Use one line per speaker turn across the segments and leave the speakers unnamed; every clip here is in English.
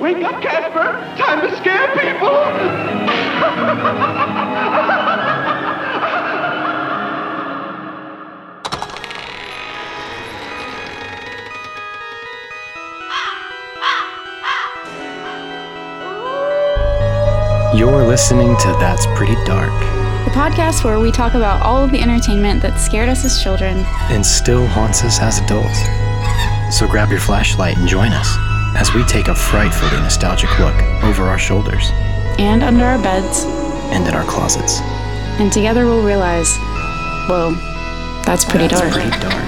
Wake up, Casper! Time to scare people!
You're listening to That's Pretty Dark
the podcast where we talk about all of the entertainment that scared us as children.
and still haunts us as adults. So grab your flashlight and join us as we take a frightfully nostalgic look over our shoulders
and under our beds,
and in our closets.
and together we'll realize, whoa, that's pretty
That's
dark.
pretty dark.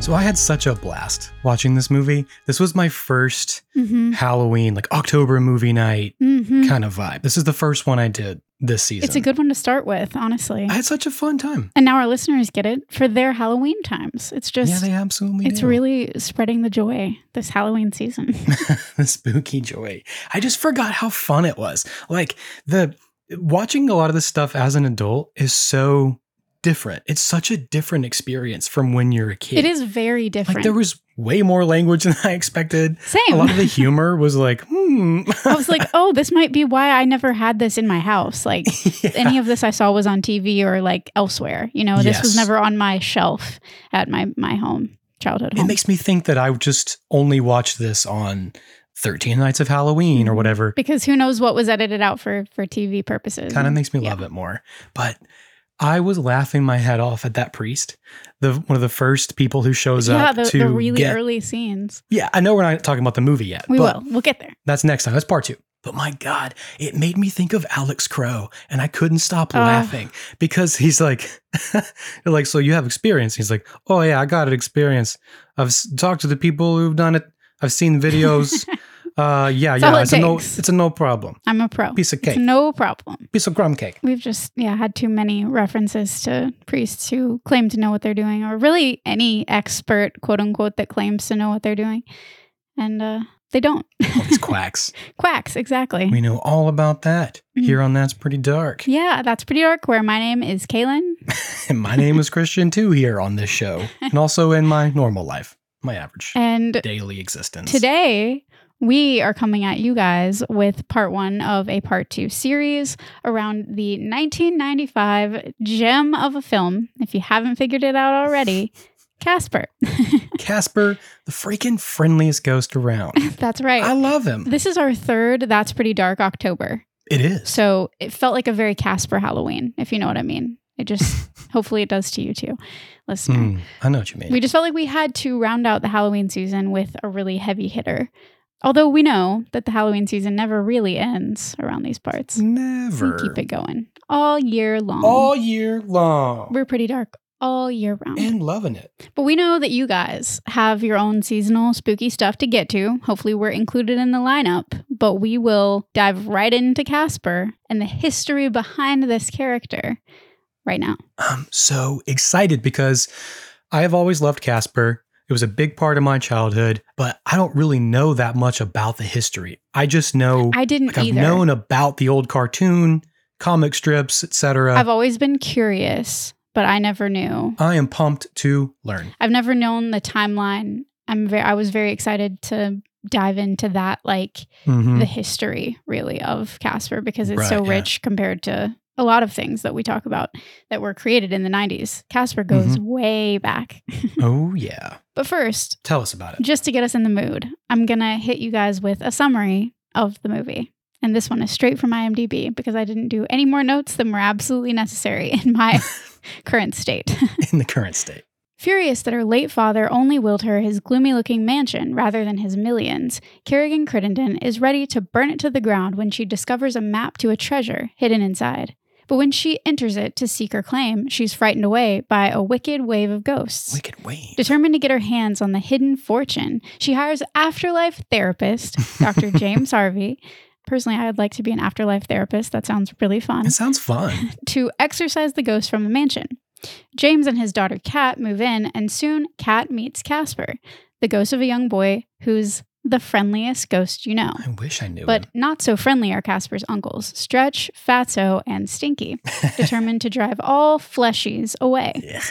So I had such a blast watching this movie. This was my 1st
Mm-hmm.
Halloween, like October movie night kind of vibe. This is the first one I did this season.
Mm. It's a good one to start with, honestly.
I had such a fun time.
and now our listeners get it for their Halloween times. It's just,
yeah, they absolutely.
it's
do.
really spreading the joy this Halloween season.
the spooky joy. I just forgot how fun it was. Like the watching a lot of this stuff as an adult is so different. It's such a different experience from when you're a kid.
it is very different.
Like there was way more language than I expected. A
Same.
lot of the humor was like, hmm.
I was like, oh, this might be why I never had this in my house. Like, any of this I saw was on TV or like elsewhere. You know, this
Yes.
was never on my shelf at my my home, childhood
It
home.
makes me think that I just only watched this on 13 Nights of Halloween
Mm-hmm.
or whatever.
because who knows what was edited out for for TV purposes?
Kind of makes me
Mm-hmm. Yeah.
love it more. But I was laughing my head off at that priest, the one of the first people who shows
yeah,
up
the,
to
the really
get-
early scenes.
Yeah, I know we're not talking about the movie yet.
We
but
will. We'll get there.
That's next time. That's part two. But my God, it made me think of Alex Crow, and I couldn't stop
Oh.
laughing because he's like, they're like, so you have experience. He's like, oh yeah, I got an experience. I've s- talked to the people who've done it. I've seen videos. uh, yeah,
It's all
yeah,
it
it's a no,
takes.
it's a no problem.
I'm a pro.
Piece of
It's
cake.
no problem.
Piece of crumb cake.
We've just yeah had too many references to priests who claim to know what they're doing, or really any expert quote unquote that claims to know what they're doing, and uh, they don't.
All these quacks.
Quacks, exactly.
Oh, we know all about that here on That's Pretty Dark.
Mm-hmm. yeah, that's pretty dark. Where my name is Kaylin.
And my name is Christian too here on this show, and also in my normal life, my average
And
daily existence.
today we are coming at you guys with part one of a part two series around the 1995 gem of a film. If you haven't figured it out already, Casper.
Casper, the freaking friendliest ghost around.
That's right.
I love him.
this is our third That's Pretty Dark October.
It is.
So it felt like a very Casper Halloween, if you know what I mean. It just, hopefully, it does to you too, listener.
Mm, I know what you mean.
We just felt like we had to round out the Halloween season with a really heavy hitter. Although we know that the Halloween season never really ends around these parts.
Never.
We keep it going all year long.
All year long.
We're pretty dark all year round.
and loving it.
but we know that you guys have your own seasonal spooky stuff to get to. Hopefully, we're included in the lineup, but we will dive right into Casper and the history behind this character right now.
I'm so excited because I have always loved Casper. It was a big part of my childhood, but I don't really know that much about the history. I just know
I didn't
like I've
either.
known about the old cartoon, comic strips, etc.
I've always been curious, but I never knew.
I am pumped to learn.
I've never known the timeline. I'm very I was very excited to dive into that like
Mhm.
the history really of Casper because it's so
Right, yeah.
rich compared to a lot of things that we talk about that were created in the 90s. Casper goes
Mm-hmm.
way back.
Oh yeah.
But first,
Tell us about it.
just to get us in the mood, I'm going to hit you guys with a summary of the movie. And this one is straight from IMDb because I didn't do any more notes than were absolutely necessary in my current state.
In the current state.
Furious that her late father only willed her his gloomy looking mansion rather than his millions, Kerrigan Crittenden is ready to burn it to the ground when she discovers a map to a treasure hidden inside. But when she enters it to seek her claim, she's frightened away by a wicked wave of ghosts.
Wicked Wayne.
Determined to get her hands on the hidden fortune, she hires afterlife therapist Dr. James Harvey. Personally, I'd like to be an afterlife therapist. That sounds really fun
It sounds fun.
to exorcise the ghost from the mansion. James and his daughter Kat move in, and soon Kat meets Casper, the ghost of a young boy who's the friendliest ghost you know.
I wish I knew.
But
him.
not so friendly are Casper's uncles, Stretch, Fatso, and Stinky, determined to drive all fleshies away.
Yeah.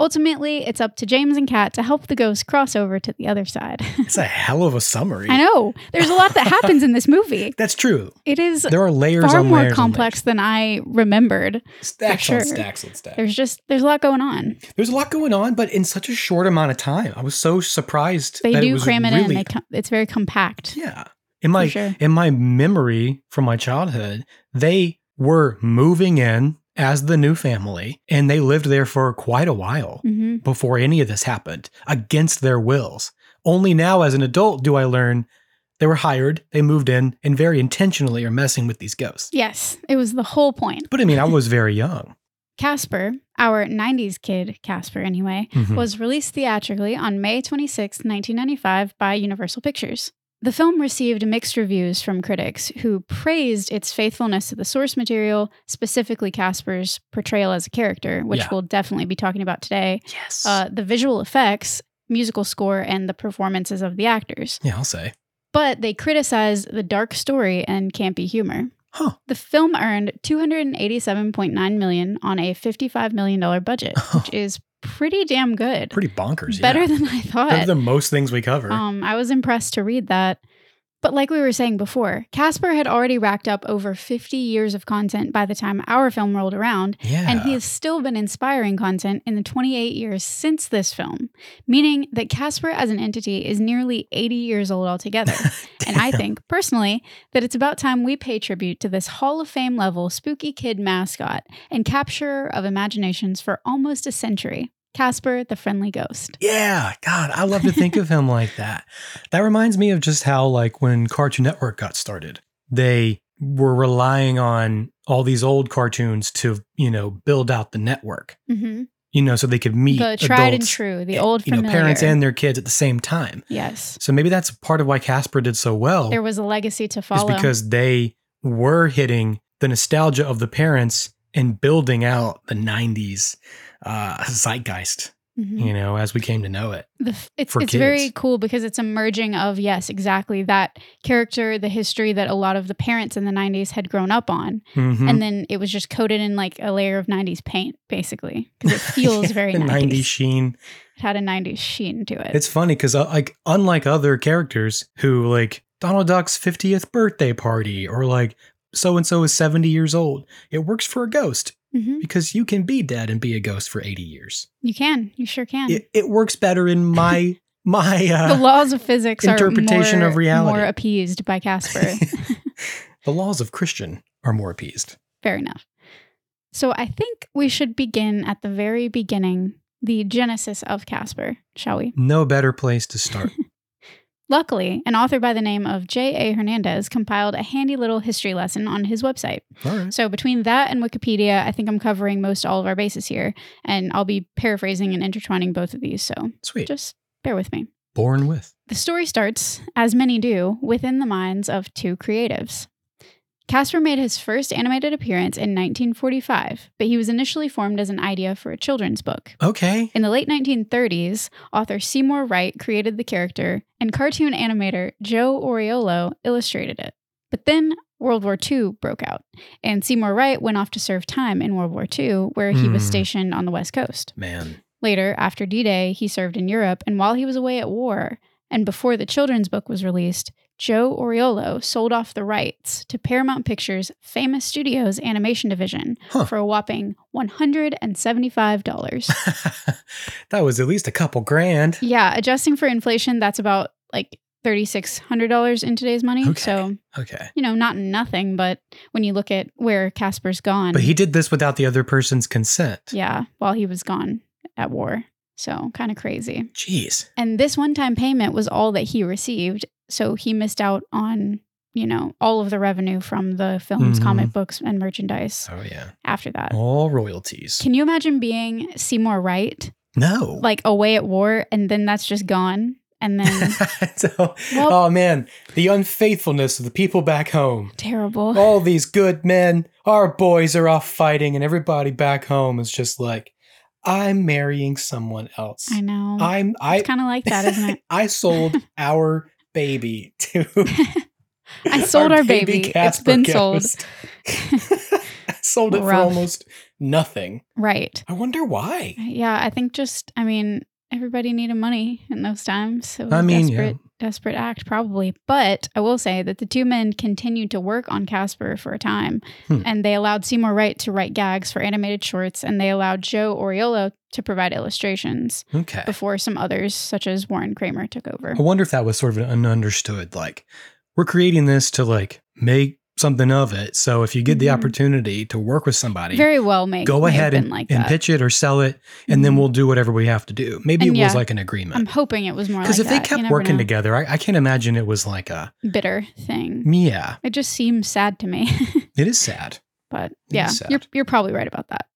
Ultimately, it's up to James and Kat to help the ghost cross over to the other side.
It's a hell of a summary.
I know there's a lot that happens in this movie.
That's true.
It is
There are layers
far
on
more
layers on
complex than I remembered.
layers. Stacks
for
on
sure.
stacks on stacks.
There's just there's a lot going on.
There's a lot going on, but in such a short amount of time. I was so surprised.
They
that it
do
was
cram it in.
really-
They com- it's very compact.
yeah. In my
sure.
in my memory from my childhood, they were moving in as the new family, and they lived there for quite a while
hmm
before any of this happened, against their wills. Only now, as an adult, do I learn they were hired, they moved in, and very intentionally are messing with these ghosts.
Yes, it was the whole point.
But I mean, I was very young.
Casper, our 90s kid, Casper anyway,
Hmm. Mm-hmm.
was released theatrically on May 26, 1995 by Universal Pictures. The film received mixed reviews from critics who praised its faithfulness to the source material, specifically Casper's portrayal as a character, which
Yeah.
we'll definitely be talking about today,
yes.
uh, the visual effects, musical score, and the performances of the actors.
yeah, I'll say.
But they criticized the dark story and campy humor.
Huh.
The film earned 287.9 million on a 55 million dollar budget, which is pretty damn good.
Pretty bonkers.
Better
yeah.
than I
Better
thought.
than most things we cover.
um, I was impressed to read that. But like we were saying before, Casper had already racked up over 50 years of content by the time our film rolled around,
yeah.
and he has still been inspiring content in the 28 years since this film, meaning that Casper as an entity is nearly 80 years old altogether. and I think, personally, that it's about time we pay tribute to this Hall of Fame level spooky kid mascot and capturer of imaginations for almost a century Casper the Friendly Ghost.
Yeah, God, I love to think of him like that. That reminds me of just how, like, when Cartoon Network got started, they were relying on all these old cartoons to, you know, build out the network,
Mm-hmm.
you know, so they could meet
The tried and
adults, eh,
true, the old
you know,
familiar.
parents and their kids at the same time.
yes.
So maybe that's part of why Casper did so well,
There was a legacy to
is
follow.
Oh. because they were hitting the nostalgia of the parents and building out the 90s uh, zeitgeist,
Mhm.
you know, as we came to know it.
the, f- it's
for
it's very
kids.
cool because it's a merging of yes exactly that character the history that a lot of the parents in the 90s had grown up on
Mhm.
and then it was just coated in like a layer of 90s paint basically because it feels
Yeah,
very
the
90s,
90s sheen.
it had a 90s sheen to it
It's funny because like unlike other characters who like Donald Duck's 50th birthday party or like so and so is 70 years old, it works for a ghost
Mhm.
because you can be dead and be a ghost for 80 years.
you can you sure can
It, it works better in my my
Hmm. the
uh,
laws of physics
interpretation
are more,
of reality.
more appeased by casper
the laws of Christian are more appeased.
Fair enough. So I think we should begin at the very beginning, the genesis of Casper, shall we?
No better place to start.
Luckily, an author by the name of J.A. Hernandez compiled a handy little history lesson on his website.
All right.
So, between that and Wikipedia, I think I'm covering most all of our bases here, and I'll be paraphrasing and intertwining both of these. So,
Sweet.
just bear with me.
Born with.
The story starts, as many do, within the minds of two creatives. Casper made his first animated appearance in 1945, but he was initially formed as an idea for a children's book.
Okay.
In the late 1930s, author Seymour Wright created the character, and cartoon animator Joe Oriolo illustrated it. But then World War II broke out, and Seymour Wright went off to serve time in World War II, where he was
Hmm.
stationed on the West Coast.
Man.
Later, after D Day, he served in Europe, and while he was away at war, and before the children's book was released, Joe Oriolo sold off the rights to Paramount Pictures' famous studios animation division
Huh.
for a whopping $175.
that was at least a couple grand.
yeah, adjusting for inflation, that's about like $3,600 in today's money.
Okay.
So,
Okay.
you know, not nothing, but when you look at where Casper's gone,
But he did this without the other person's consent.
yeah, while he was gone at war. So, kind of crazy.
Jeez.
And this one time payment was all that he received. So he missed out on, you know, all of the revenue from the films,
Mhm.
comic books, and merchandise
Oh yeah.
after that.
All royalties.
Uh, Can you imagine being Seymour Wright,
no.
like away at war, and then that's just gone? And then
so,
um, Well-
oh man, the unfaithfulness of the people back home.
terrible.
All these good men, our boys are off fighting, and everybody back home is just like, I'm marrying someone else.
I know.
I'm I
it's kind of like that, isn't it?
I sold our baby to
I sold our baby. It's
Casper
been sold.
Ghost. I sold it for
Rough.
almost nothing.
Right.
I wonder why.
Yeah, I think just I mean, everybody needed money in those times. It was
I
a
mean, yeah.
desperate desperate act probably. But I will say that the two men continued to work on Casper for a time
Hmm.
and they allowed Seymour Wright to write gags for animated shorts and they allowed Joe Oriolo to provide illustrations
Okay.
before some others such as Warren Kramer took over.
I wonder if that was sort of an understood like we're creating this to like make something of it. So if you get the
Mhm.
opportunity to work with somebody,
Very well made.
go ahead and,
like
and
that.
pitch it or sell it, and then
Mhm.
we'll do whatever we have to do. Maybe
And
it was
yeah,
like an
I'm
agreement.
hoping it was more
Because
like
if they
that. You
kept
never
working
know.
together, I, I can't imagine it was like a
bitter thing.
yeah.
It just seems sad to me.
It is sad.
But
It
yeah,
is sad.
you're, you're probably right about that.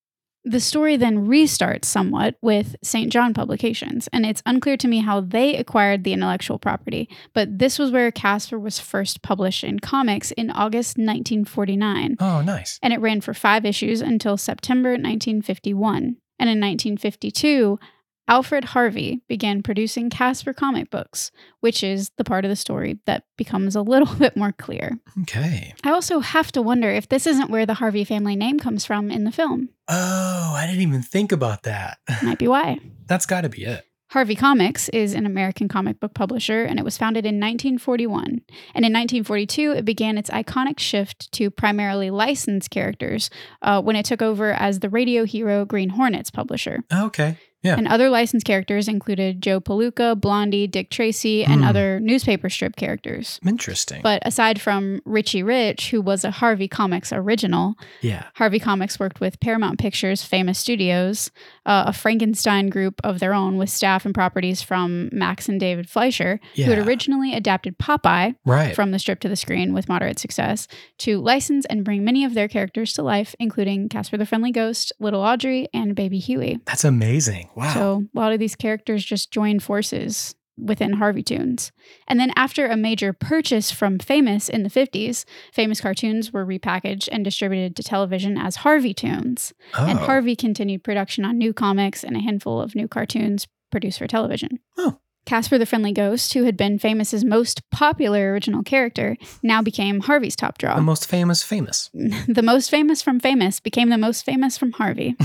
The story then restarts somewhat with St. John Publications, and it's unclear to me how they acquired the intellectual property, but this was where Casper was first published in comics in August 1949,
Oh, nice.
and it ran for five issues until September 1951. And in 1952, Alfred Harvey began producing Casper comic books, which is the part of the story that becomes a little bit more clear.
Okay.
I also have to wonder if this isn't where the Harvey family name comes from in the film.
Oh, I didn't even think about that.
Might be why.
That's got to be it.
Harvey Comics is an American comic book publisher, and it was founded in 1941. And in 1942, it began its iconic shift to primarily licensed characters uh, when it took over as the radio hero Green Hornets publisher.
Okay. Yeah.
And other licensed characters included Joe Palooka, Blondie, Dick Tracy, and
Hmm.
other newspaper strip characters.
Interesting.
But aside from Richie Rich, who was a Harvey Comics original,
yeah.
Harvey Comics worked with Paramount Pictures, Famous Studios, uh, a Frankenstein group of their own with staff and properties from Max and David Fleischer, who
Yeah.
had originally adapted Popeye
Right.
from the strip to the screen with moderate success to license and bring many of their characters to life, including Casper the Friendly Ghost, Little Audrey, and Baby Huey.
That's amazing. Wow.
So a lot of these characters just joined forces within Harvey Toons. And then after a major purchase from Famous in the 50s, Famous cartoons were repackaged and distributed to television as Harvey Toons.
oh.
And Harvey continued production on new comics and a handful of new cartoons produced for television.
Oh.
Casper the Friendly Ghost, who had been Famous's most popular original character, now became Harvey's top draw.
the most famous famous.
the most famous from Famous became the most famous from Harvey.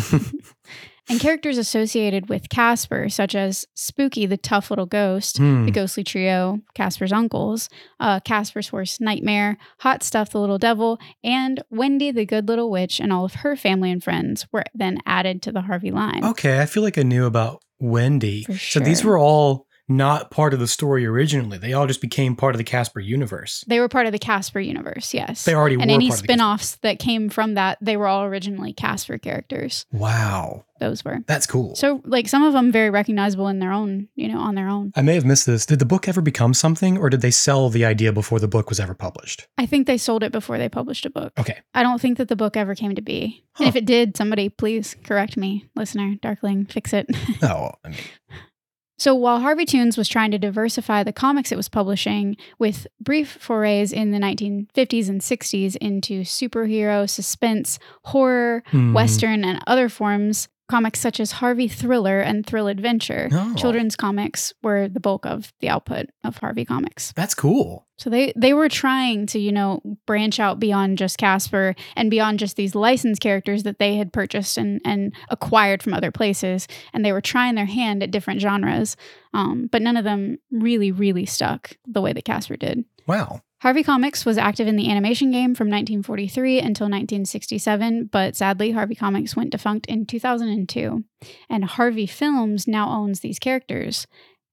and characters associated with Casper, such as Spooky the Tough Little Ghost,
Hmm.
the Ghostly Trio, Casper's Uncles, uh, Casper's Horse Nightmare, Hot Stuff the Little Devil, and Wendy the Good Little Witch and all of her family and friends were then added to the Harvey line.
Okay, I feel like I knew about Wendy.
For
So these
sure.
were all not part of the story originally. They all just became part of the Casper universe.
They were part of the Casper universe, yes.
They already
and
were
any
part of the
spin offs that came from that, they were all originally Casper characters.
Wow,
Those were.
that's cool.
So, like, some of them very recognizable in their own, you know, on their own.
I may have missed this. Did the book ever become something, or did they sell the idea before the book was ever published?
I think they sold it before they published a book.
Okay.
I don't think that the book ever came to be. And
Huh.
if it did, somebody please correct me, listener, darkling, fix it.
Oh, I mean,
So while Harvey Toons was trying to diversify the comics it was publishing with brief forays in the 1950s and 60s into superhero, suspense, horror,
hmm.
western, and other forms, comics such as Harvey Thriller and Thrill Adventure,
Oh.
children's comics were the bulk of the output of Harvey Comics.
That's cool.
So they they were trying to, you know, branch out beyond just Casper and beyond just these licensed characters that they had purchased and and acquired from other places and they were trying their hand at different genres. Um, but none of them really really stuck the way that Casper did.
Wow.
Harvey Comics was active in the animation game from 1943 until 1967, but sadly, Harvey Comics went defunct in 2002. And Harvey Films now owns these characters.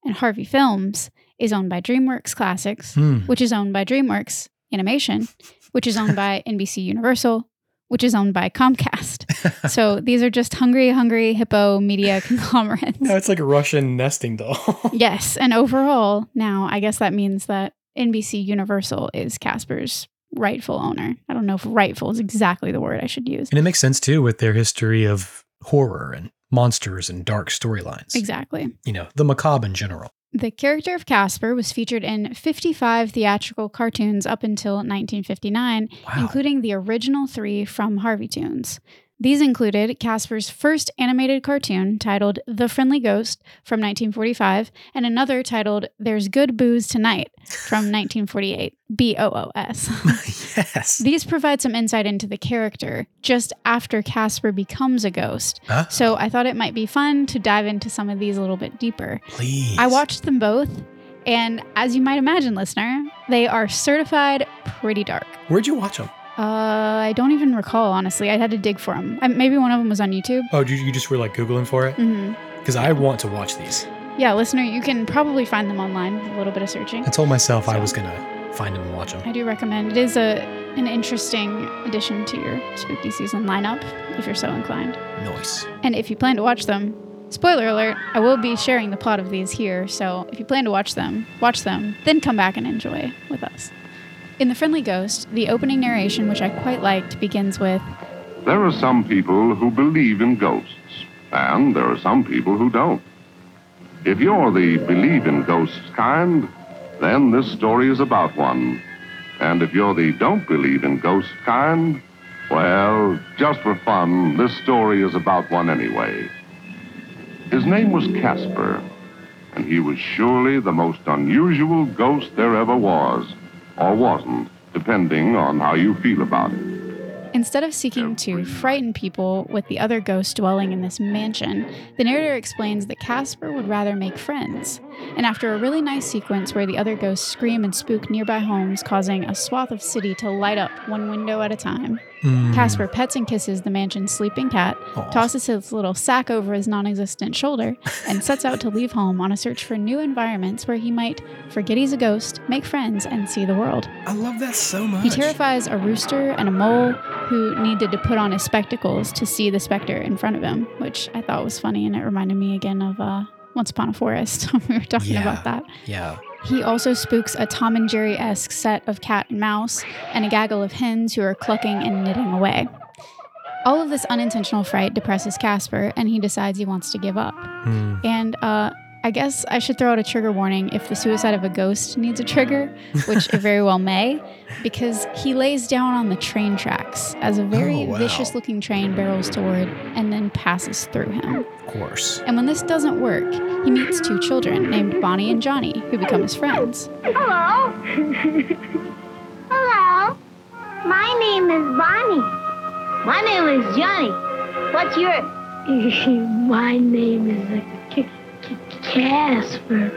And Harvey Films is owned by DreamWorks Classics,
Hmm.
which is owned by DreamWorks Animation, which is owned by NBC Universal, which is owned by Comcast. so these are just hungry, hungry hippo media conglomerates.
Yeah, it's like a Russian nesting doll.
Yes. And overall, now I guess that means that NBC Universal is Casper's rightful owner. I don't know if rightful is exactly the word I should use.
And it makes sense too with their history of horror and monsters and dark storylines.
Exactly.
You know, the macabre in general.
The character of Casper was featured in 55 theatrical cartoons up until 1959,
Wow.
including the original three from Harvey Toons. These included Casper's first animated cartoon titled The Friendly Ghost from 1945 and another titled There's Good Booze Tonight from 1948. B O O S.
yes.
These provide some insight into the character just after Casper becomes a ghost.
Huh?
So I thought it might be fun to dive into some of these a little bit deeper.
Please.
I watched them both, and as you might imagine, listener, they are certified pretty dark.
Where'd you watch them?
Uh, I don't even recall, honestly. I had to dig for them. I, maybe one of them was on YouTube.
Oh, you, you just were like Googling for it?
hmm
Because I want to watch these.
Yeah, listener, you can probably find them online with a little bit of searching.
I told myself I was going to find them and watch them.
I do recommend it is a an interesting addition to your spooky season lineup if you're so inclined.
Nice.
And if you plan to watch them, spoiler alert, I will be sharing the plot of these here, so if you plan to watch them, watch them, then come back and enjoy with us. In The Friendly Ghost, the opening narration, which I quite liked, begins with
There are some people who believe in ghosts, and there are some people who don't. If you're the believe in ghosts kind, then this story is about one. And if you're the don't believe in ghosts kind, well, just for fun, this story is about one anyway. His name was Casper, and he was surely the most unusual ghost there ever was, or wasn't, depending on how you feel about it.
Instead of seeking to frighten people with the other ghosts dwelling in this mansion, the narrator explains that Casper would rather make friends. And after a really nice sequence where the other ghosts scream and spook nearby homes, causing a swath of city to light up one window at a time,
Hmm.
Casper pets and kisses the mansion's sleeping cat,
Aw.
tosses his little sack over his non existent shoulder, and sets out to leave home on a search for new environments where he might forget he's a ghost, make friends, and see the world.
I love that so much.
He terrifies a rooster and a mole who needed to put on his spectacles to see the specter in front of him, which I thought was funny. And it reminded me again of uh, Once Upon a Forest. we were talking
Yeah.
about that.
yeah.
He also spooks a Tom and Jerry esque set of cat and mouse and a gaggle of hens who are clucking and knitting away. All of this unintentional fright depresses Casper, and he decides he wants to give up.
Hmm.
And uh, I guess I should throw out a trigger warning if the suicide of a ghost needs a trigger, which it very well may, because he lays down on the train tracks as a very
Oh, wow.
vicious looking train barrels toward and then passes through him.
Of course.
And when this doesn't work, he meets two children named Bonnie and Johnny who become his friends.
Hello. Hello. My name is Bonnie. My name is Johnny. What's your? My name is uh, K- Casper.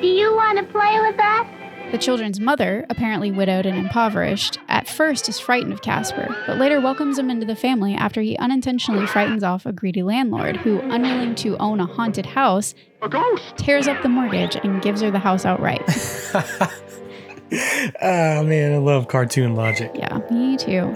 Do you want to play with us?
The children's mother, apparently widowed and impoverished, at first is frightened of Casper, but later welcomes him into the family after he unintentionally frightens off a greedy landlord who, unwilling to own a haunted house,
A ghost!
tears up the mortgage and gives her the house outright.
oh, man. I love cartoon logic.
yeah, me too.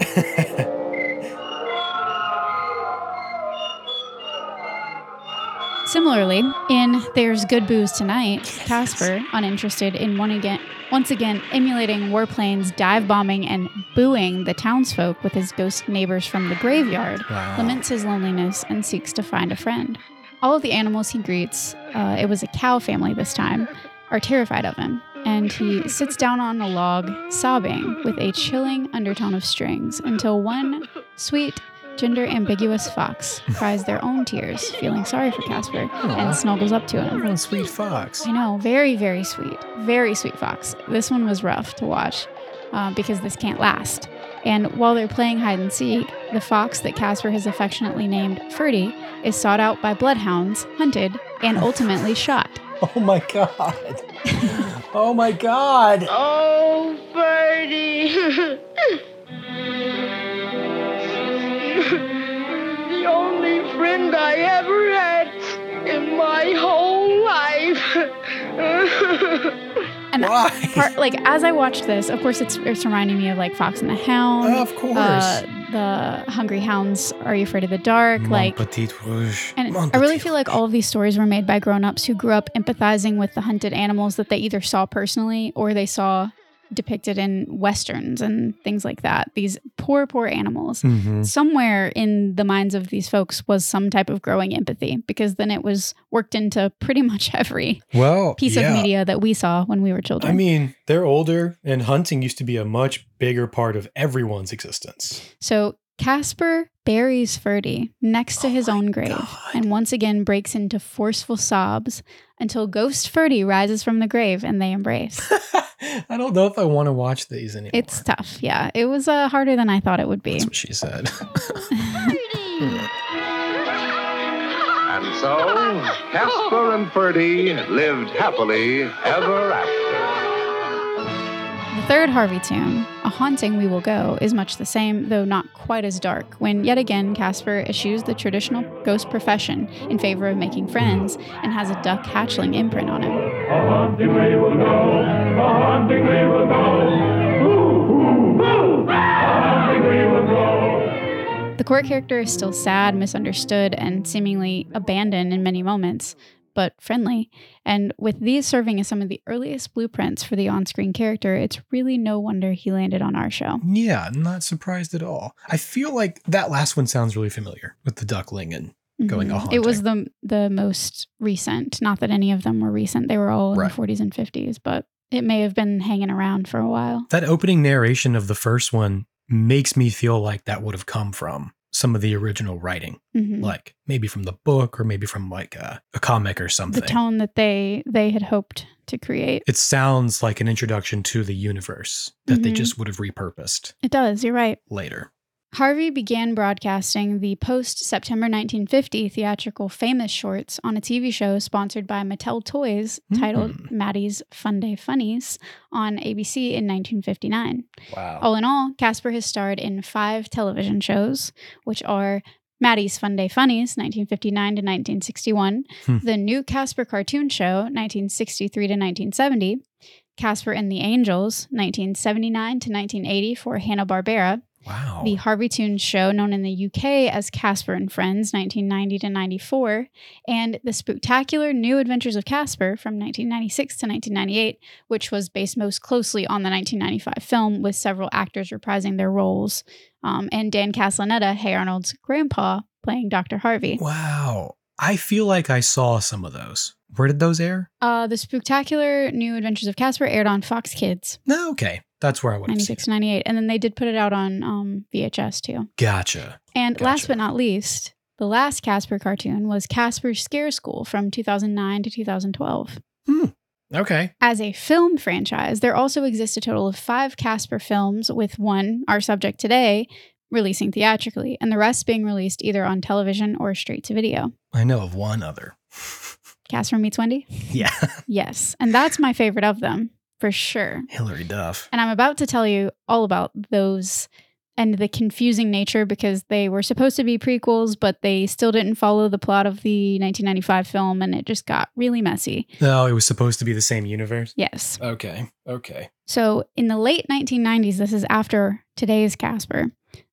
Similarly, in There's Good Booze Tonight, Casper, uninterested in one again, once again emulating warplanes, dive bombing, and booing the townsfolk with his ghost neighbors from the graveyard,
Wow.
laments his loneliness and seeks to find a friend. All of the animals he greets, uh, it was a cow family this time, are terrified of him, and he sits down on a log, sobbing with a chilling undertone of strings until one sweet, gender ambiguous fox cries their own tears, feeling sorry for Casper,
Aw.
and snuggles up to him.
Oh, sweet fox.
I know, very, very sweet. Very sweet fox. This one was rough to watch uh, because this can't last. And while they're playing hide and seek, the fox that Casper has affectionately named Ferdy is sought out by bloodhounds, hunted, and ultimately shot.
Oh, my God. oh, my God.
Oh, Birdie.
The only friend I ever had in my whole life.
And
Why?
part, like as I watched this, of course, it's, it's reminding me of like Fox and the Hound,
of course.
uh, the Hungry Hounds, Are You Afraid of the Dark? Like And I really feel like all of these stories were made by grown-ups who grew up empathizing with the hunted animals that they either saw personally or they saw depicted in westerns and things like that. These poor, poor animals.
hmm
Somewhere in the minds of these folks was some type of growing empathy because then it was worked into pretty much every
Well,
piece
yeah.
of media that we saw when we were children.
I mean, they're older, and hunting used to be a much bigger part of everyone's existence.
so Casper buries Ferdy next to his own grave and once again breaks into forceful sobs until Ghost Ferdy rises from the grave and they embrace.
I don't know if I want to watch these anymore.
it's tough. Yeah, it was uh, harder than I thought it would be.
That's what she said.
And so, Casper and Ferdy lived happily ever after.
The third Harvey tomb, A Haunting We Will Go, is much the same, though not quite as dark, when yet again Casper eschews the traditional ghost profession in favor of making friends and has a duck hatchling imprint on him. The court character is still sad, misunderstood, and seemingly abandoned in many moments, but friendly. And with these serving as some of the earliest blueprints for the on screen character, it's really no wonder he landed on our show.
yeah, not surprised at all. I feel like that last one sounds really familiar with the duckling and Going
Mhm.
on
It was the the most recent. Not that any of them were recent. They were all in
Right.
the 40s and 50s, but it may have been hanging around for a while.
that opening narration of the first one makes me feel like that would have come from some of the original writing,
Mhm.
like maybe from the book or maybe from like a, a comic or
the
something.
tone that they they had hoped to create.
it sounds like an introduction to the universe that they
Mhm.
just would have repurposed
It does. You're right.
later.
Harvey began broadcasting the post September 1950 theatrical famous shorts on a TV show sponsored by Mattel Toys titled Maddie's Fun Day Funnies on ABC in 1959.
Wow.
All in all, Casper has starred in five television shows, which are Maddie's Fun Day Funnies, 1959 to 1961,
Hmm.
The New Casper Cartoon Show, 1963 to 1970, Casper and the Angels, 1979 to 1980 for Hanna-Barbera,
wow.
The Harvey Toon Show, known in the UK as Casper and Friends, 1990 to 94, and The Spectacular New Adventures of Casper from 1996 to 1998, which was based most closely on the 1995 film, with several actors reprising their roles, um, and Dan Castellaneta, Hey Arnold's grandpa, playing Dr. Harvey.
wow. I feel like I saw some of those. Where did those air?
Uh, the Spectacular New Adventures of Casper aired on Fox Kids,
No, okay. That's where I would have seen.
96 to 98, and then they did put it out on um, VHS too.
it. Gotcha.
And last
Gotcha.
but not least, the last Casper cartoon was Casper's Scare School from 2009 to 2012.
Okay.
As a film franchise, there also exist a total of five Casper films, with one, our subject today, releasing theatrically, and the rest being released either on television or straight to video.
I know of one other.
Casper Meets Wendy?
Yeah.
Yes. And that's my favorite of them, for sure.
Hillary Duff.
And I'm about to tell you all about those and the confusing nature because they were supposed to be prequels, but they still didn't follow the plot of the 1995 film and it just got really messy.
No, it was supposed to be the same universe.
Yes.
Okay. Okay.
So in the late 1990s, this is after today's Casper.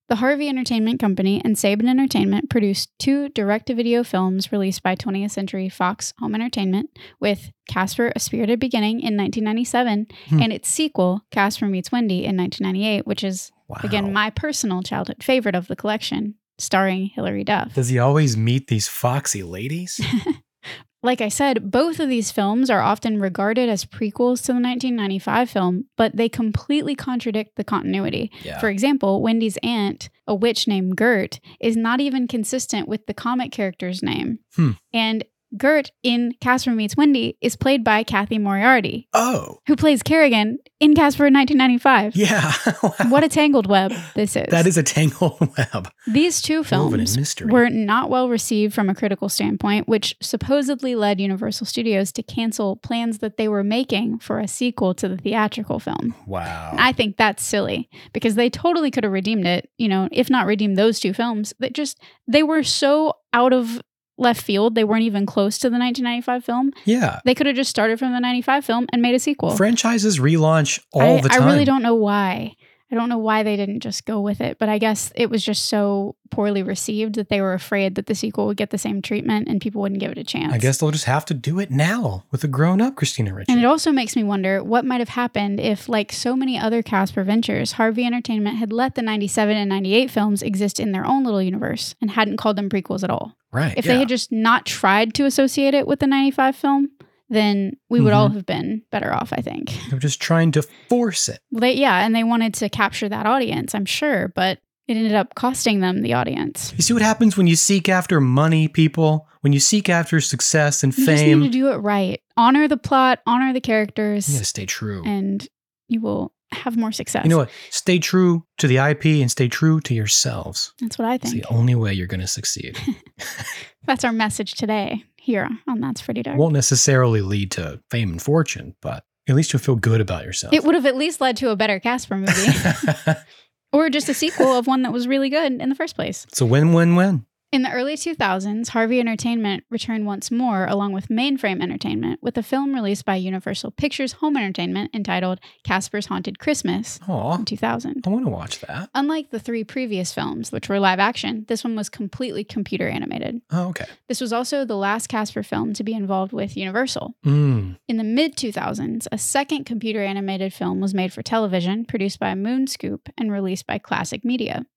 The Harvey Entertainment Company and Saban Entertainment produced two direct-to-video films released by 20th Century Fox Home Entertainment, with Casper: A Spirited Beginning in 1997
Hmm.
and its sequel, Casper Meets Wendy, in 1998, which is
Wow.
Again, my personal childhood favorite of the collection, starring Hilary Duff.
Does he always meet these foxy ladies?
Like I said, both of these films are often regarded as prequels to the 1995 film, but they completely contradict the continuity.
Yeah.
For example, Wendy's aunt, a witch named Gert, is not even consistent with the comic character's name.
Hmm.
And Gert in Casper Meets Wendy is played by Kathy Moriarty,
oh,
who plays Kerrigan in Casper in 1995.
yeah. Wow.
What a tangled web this is.
That is a tangled web.
These two
Woven in
films
mystery.
were not well received from a critical standpoint, which supposedly led Universal Studios to cancel plans that they were making for a sequel to the theatrical film.
Wow.
I think that's silly because they totally could have redeemed it, you know, if not redeemed those two films. That just they were so out of left field, they weren't even close to the 1995 film.
yeah.
They could have just started from the 95 film and made a sequel.
Franchises relaunch all
I,
the time.
I really don't know why. I don't know why they didn't just go with it, but I guess it was just so poorly received that they were afraid that the sequel would get the same treatment and people wouldn't give it a chance.
I guess they'll just have to do it now with a grown up Christina Ricci.
And it also makes me wonder what might have happened if, like so many other Casper ventures, Harvey Entertainment had let the 97 and 98 films exist in their own little universe and hadn't called them prequels at all.
right.
If
yeah.
they had just not tried to associate it with the 95 film, then we would
Mm-hmm.
all have been better off, I think.
They're just trying to force it.
Well, They, yeah, and they wanted to capture that audience, I'm sure, but It ended up costing them the audience.
You see what happens when you seek after money, people? When you seek after success and
You just
fame,
need to do it right. Honor the plot, honor the characters,
you gotta stay true.
and you will have more success.
You know what? Stay true to the IP and stay true to yourselves.
That's what I
It's
think.
the only way you're gonna succeed.
That's our message today here on That's Pretty Dark.
Won't necessarily lead to fame and fortune, but at least you'll feel good about yourself.
It would have at least led to a better Casper movie or just a sequel of one that was really good in the first place.
it's a win-win-win.
In the early 2000s, Harvey Entertainment returned once more along with Mainframe Entertainment with a film released by Universal Pictures Home Entertainment entitled Casper's Haunted Christmas
Aw,
in 2000.
I want to watch that.
Unlike the three previous films, which were live action, this one was completely computer animated.
Oh, okay.
This was also the last Casper film to be involved with Universal.
Mm.
In the mid 2000s, a second computer animated film was made for television, produced by Moonscoop and released by Classic Media.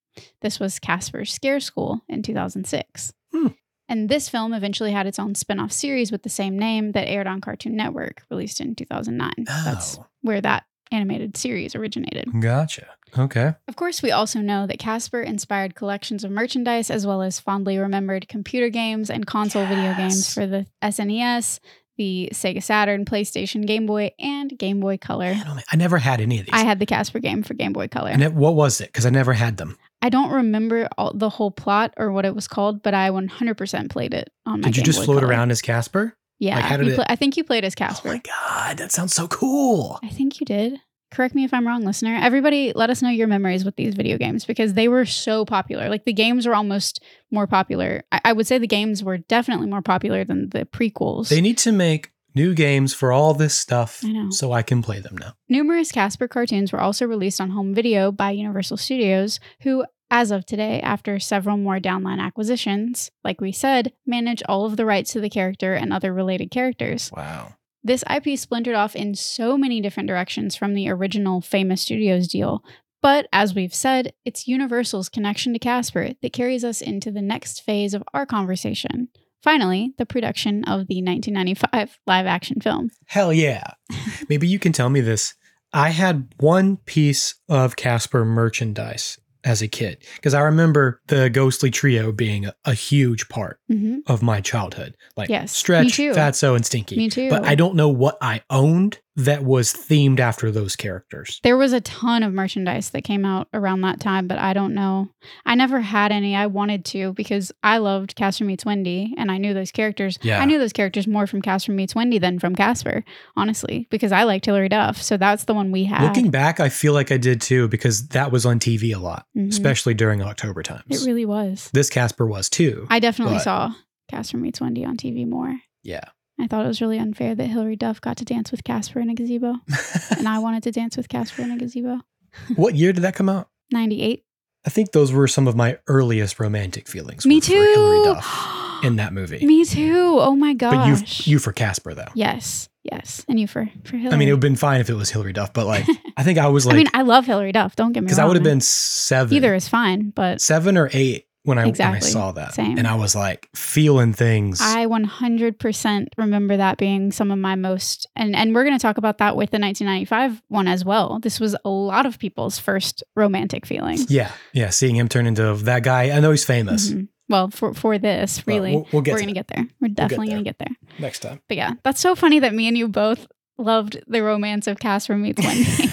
This was Casper's Scare School in 2006.
Hmm.
And this film eventually had its own spin off series with the same name that aired on Cartoon Network, released in 2009. That's
Oh.
where that animated series originated.
Gotcha. Okay.
Of course, we also know that Casper inspired collections of merchandise as well as fondly remembered computer games and console video games
Yes.
for the SNES, the Sega Saturn, PlayStation, Game Boy, and Game Boy Color.
Man, oh man, I never had any of these.
I had the Casper game for Game Boy Color.
and it, what was it? Because I never had them.
I don't remember all, the whole plot or what it was called, but I 100% played it on my
Did you
Game
just
Boy
float
Color.
around as Casper?
Yeah.
Like, how did
you
it-
I think you played as Casper.
Oh my god, that sounds so cool.
I think you did. Correct me if I'm wrong, listener. Everybody, let us know your memories with these video games because they were so popular. Like the games were almost more popular. I, I would say the games were definitely more popular than the prequels.
They need to make new games for all this stuff
I know.
so I can play them now.
Numerous Casper cartoons were also released on home video by Universal Studios, who, as of today, after several more downline acquisitions, like we said, manage all of the rights to the character and other related characters.
Wow.
This IP splintered off in so many different directions from the original Famous Studios deal. But as we've said, it's Universal's connection to Casper that carries us into the next phase of our conversation. Finally, the production of the 1995 live action film.
Hell yeah. Maybe you can tell me this. I had one piece of Casper merchandise as a kid because I remember the Ghostly Trio being a, a huge part
hmm
of my childhood. Like
Yes, me
Stretch,
too.
Fatso, and Stinky.
Me too.
But I don't know what I owned that was themed after those characters.
There was a ton of merchandise that came out around that time, but I don't know. I never had any. I wanted to because I loved Casper Meets Wendy and I knew those characters.
Yeah.
I knew those characters more from Casper Meets Wendy than from Casper, honestly, because I liked Hillary Duff. So that's the one we had.
Looking back, I feel like I did too because that was on TV a lot,
Mhm.
especially during October times.
It really was.
this Casper was too.
I definitely
But-
saw Casper Meets Wendy on TV more.
yeah.
I thought it was really unfair that Hillary Duff got to dance with Casper in a gazebo and I wanted to dance with Casper in a gazebo.
what year did that come out?
98.
I think those were some of my earliest romantic feelings.
Me
were For Hillary
too.
Duff in that movie.
Me too. Oh my gosh.
but you, you for Casper though.
Yes, yes, and you for for Hillary.
I mean, it would have been fine if it was Hillary Duff, but like, I think I was
I
like,
mean, I love Hillary Duff. Don't get me wrong.
because I, would have
and
been seven,
either is fine, but
seven or eight when I
Exactly.
when I saw that,
Same.
and I was like feeling things.
I 100% remember that being some of my most and and we're going to talk about that with the 1995 one as well. This was a lot of people's first romantic feeling.
yeah, yeah, seeing him turn into that guy. I know he's famous.
Mhm. Well, for for this,
Well,
really,
we'll- we'll get
are
to
gonna get there. We're
get
definitely
there.
gonna get there.
Next time.
But yeah, that's so funny that me and you both loved the romance of Casper meets Wendy.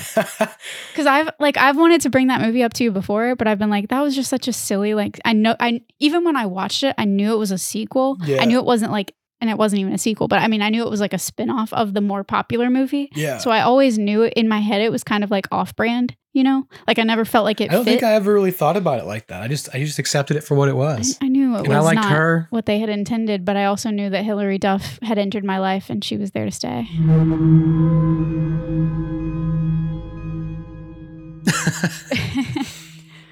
Because I've like I've wanted to bring that movie up to you before, but I've been like that was just such a silly like I know I even when I watched it I knew it was a sequel.
Yeah.
I knew it wasn't like and it wasn't even a sequel, but I mean I knew it was like a spin-off of the more popular movie.
yeah.
So I always knew in my head it was kind of like off-brand, you know? Like I never felt like it
I don't
fit.
think I ever really thought about it like that. I just I just accepted it for what it was.
I, I knew it
and
was
I liked
not
her.
what they had intended, but I also knew that Hilary Duff had entered my life and she was there to stay.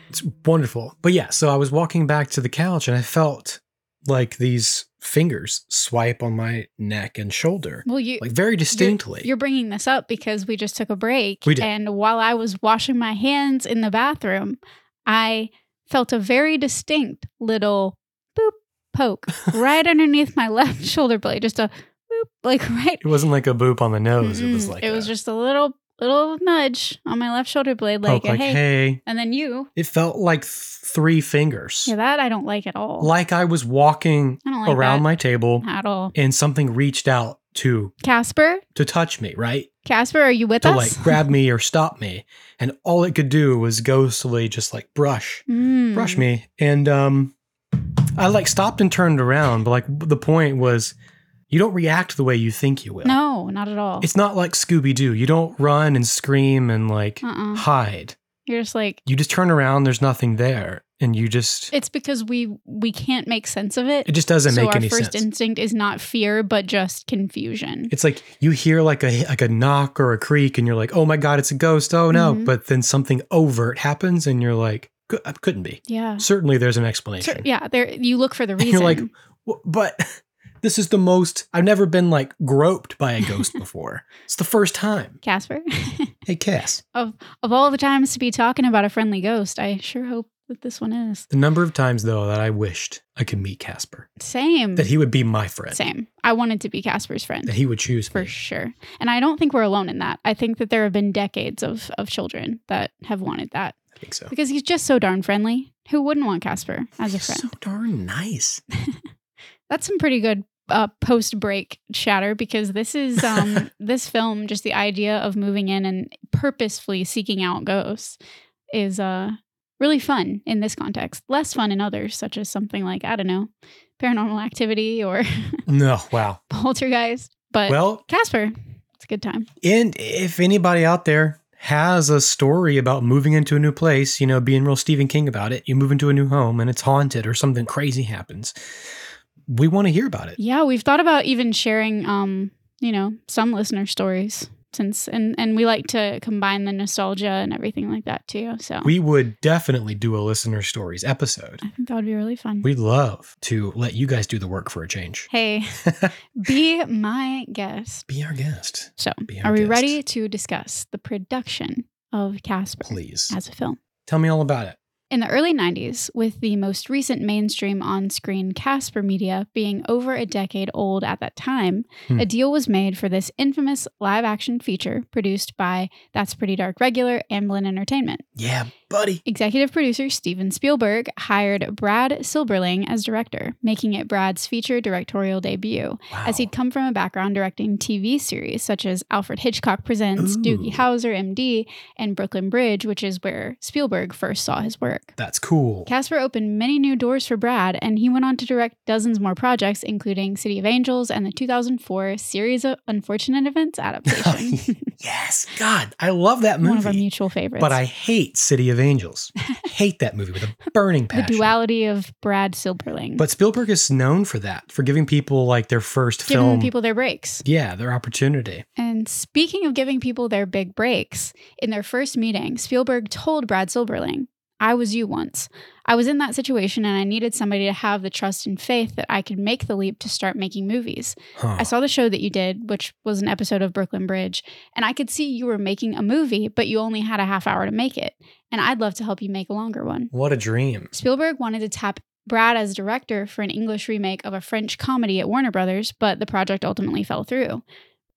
It's wonderful. But yeah, so I was walking back to the couch and I felt like these fingers swipe on my neck and shoulder.
Well, you
Like very
You're-
distinctly.
You're, bringing this up because we just took a break.
We did.
And while I was washing my hands in the bathroom, I felt a very distinct little boop poke right underneath my left shoulder blade. Just a boop, like right.
it wasn't like a boop on the nose. It was
Mm-mm.
like
it
a-
was just a little little nudge on my left shoulder blade, like,
Poke, like,
hey.
hey.
And then you.
It felt like th- three fingers.
Yeah, that I don't like at all.
Like I was walking
I don't like
around
that.
my table
at all.
and something reached out to
Casper,
to touch me, right?
Casper, are you with
To
us?
like grab me or stop me. And all it could do was ghostly just like brush,
Mm.
brush me. And um I like stopped and turned around, but like the point was you don't react the way you think you will.
No, not at all.
It's not like Scooby Doo. You don't run and scream and like
uh-uh.
hide.
You're just like
You just turn around, there's nothing there, and you just
it's because we we can't make sense of it.
it just doesn't
so
make
our
any
first
sense.
instinct is not fear, but just confusion.
It's like you hear like a like a knock or a creak, and you're like, "Oh my god, it's a ghost! Oh no!"
Mhm.
But then something overt happens, and you're like, "Cou- uh, "Couldn't be."
yeah,
Certainly, there's an
Sure,
explanation.
yeah. There you look for the
And
reason.
you're like, "W- "But this is the most I've never been like groped by a ghost before. it's the first time."
Casper,
Hey, Cass,
of all the times to be talking about a friendly ghost, I sure hope that this one is
the number of times though that I wished I could meet Casper,
same.
that he would be my friend,
Mm-hmm. same. I wanted to be Casper's friend.
that he would choose
for
me.
sure. And I don't think we're alone in that. I think that there have been decades of of children that have wanted that
I think so.
because he's just so darn friendly. Who wouldn't want Casper as a
He's
friend?
so darn nice.
That's some pretty good uh, post break chatter because this is um, this film. Just the idea of moving in and purposefully seeking out ghosts is uh, really fun in this context. Less fun in others, such as something like I don't know, Paranormal Activity or
No, wow.
Poltergeist. But
Well,
Casper, it's a good time.
And if anybody out there has a story about moving into a new place, you know, being real Stephen King about it, you move into a new home and it's haunted or something crazy happens, we want to hear about it.
Yeah, we've thought about even sharing, um, you know, some listener stories since, and and we like to combine the nostalgia and everything like that too. So
We would definitely do a listener stories episode.
I think that would be really fun.
We'd love to let you guys do the work for a change.
hey, be my guest.
Be our guest,
So,
Be our
are we
guest.
ready to discuss the production of Casper
please.
as a film?
Tell me all about it.
In the early 90s, with the most recent mainstream on screen Casper media being over a decade old at that time,
Hmm.
a deal was made for this infamous live action feature produced by That's Pretty Dark regular Amblin Entertainment.
Yeah, buddy.
Executive producer Steven Spielberg hired Brad Silberling as director, making it Brad's feature directorial debut
Wow.
as he'd come from a background directing TV series such as Alfred Hitchcock Presents, Doogie
Ooh.
Howser, MD, and Brooklyn Bridge, which is where Spielberg first saw his work.
That's cool.
Casper opened many new doors for Brad, and he went on to direct dozens more projects, including City of Angels and the 2004 series of Unfortunate Events adaptation.
yes, God, I love that
One of our
movie.
mutual favorites.
But I hate City of Angels. hate that movie with a burning
the
passion.
duality of Brad Silberling.
But Spielberg is known for that, for giving people like their first
giving
film.
people their breaks.
yeah, their opportunity.
And speaking of giving people their big breaks, in their first meeting, Spielberg told Brad Silberling, I was you once. I was in that situation and I needed somebody to have the trust and faith that I could make the leap to start making movies.
Huh.
I saw the show that you did, which was an episode of Brooklyn Bridge, and I could see you were making a movie, but you only had a half hour to make it. And I'd love to help you make a longer one.
what a dream.
Spielberg wanted to tap Brad as director for an English remake of a French comedy at Warner Brothers, but the project ultimately fell through.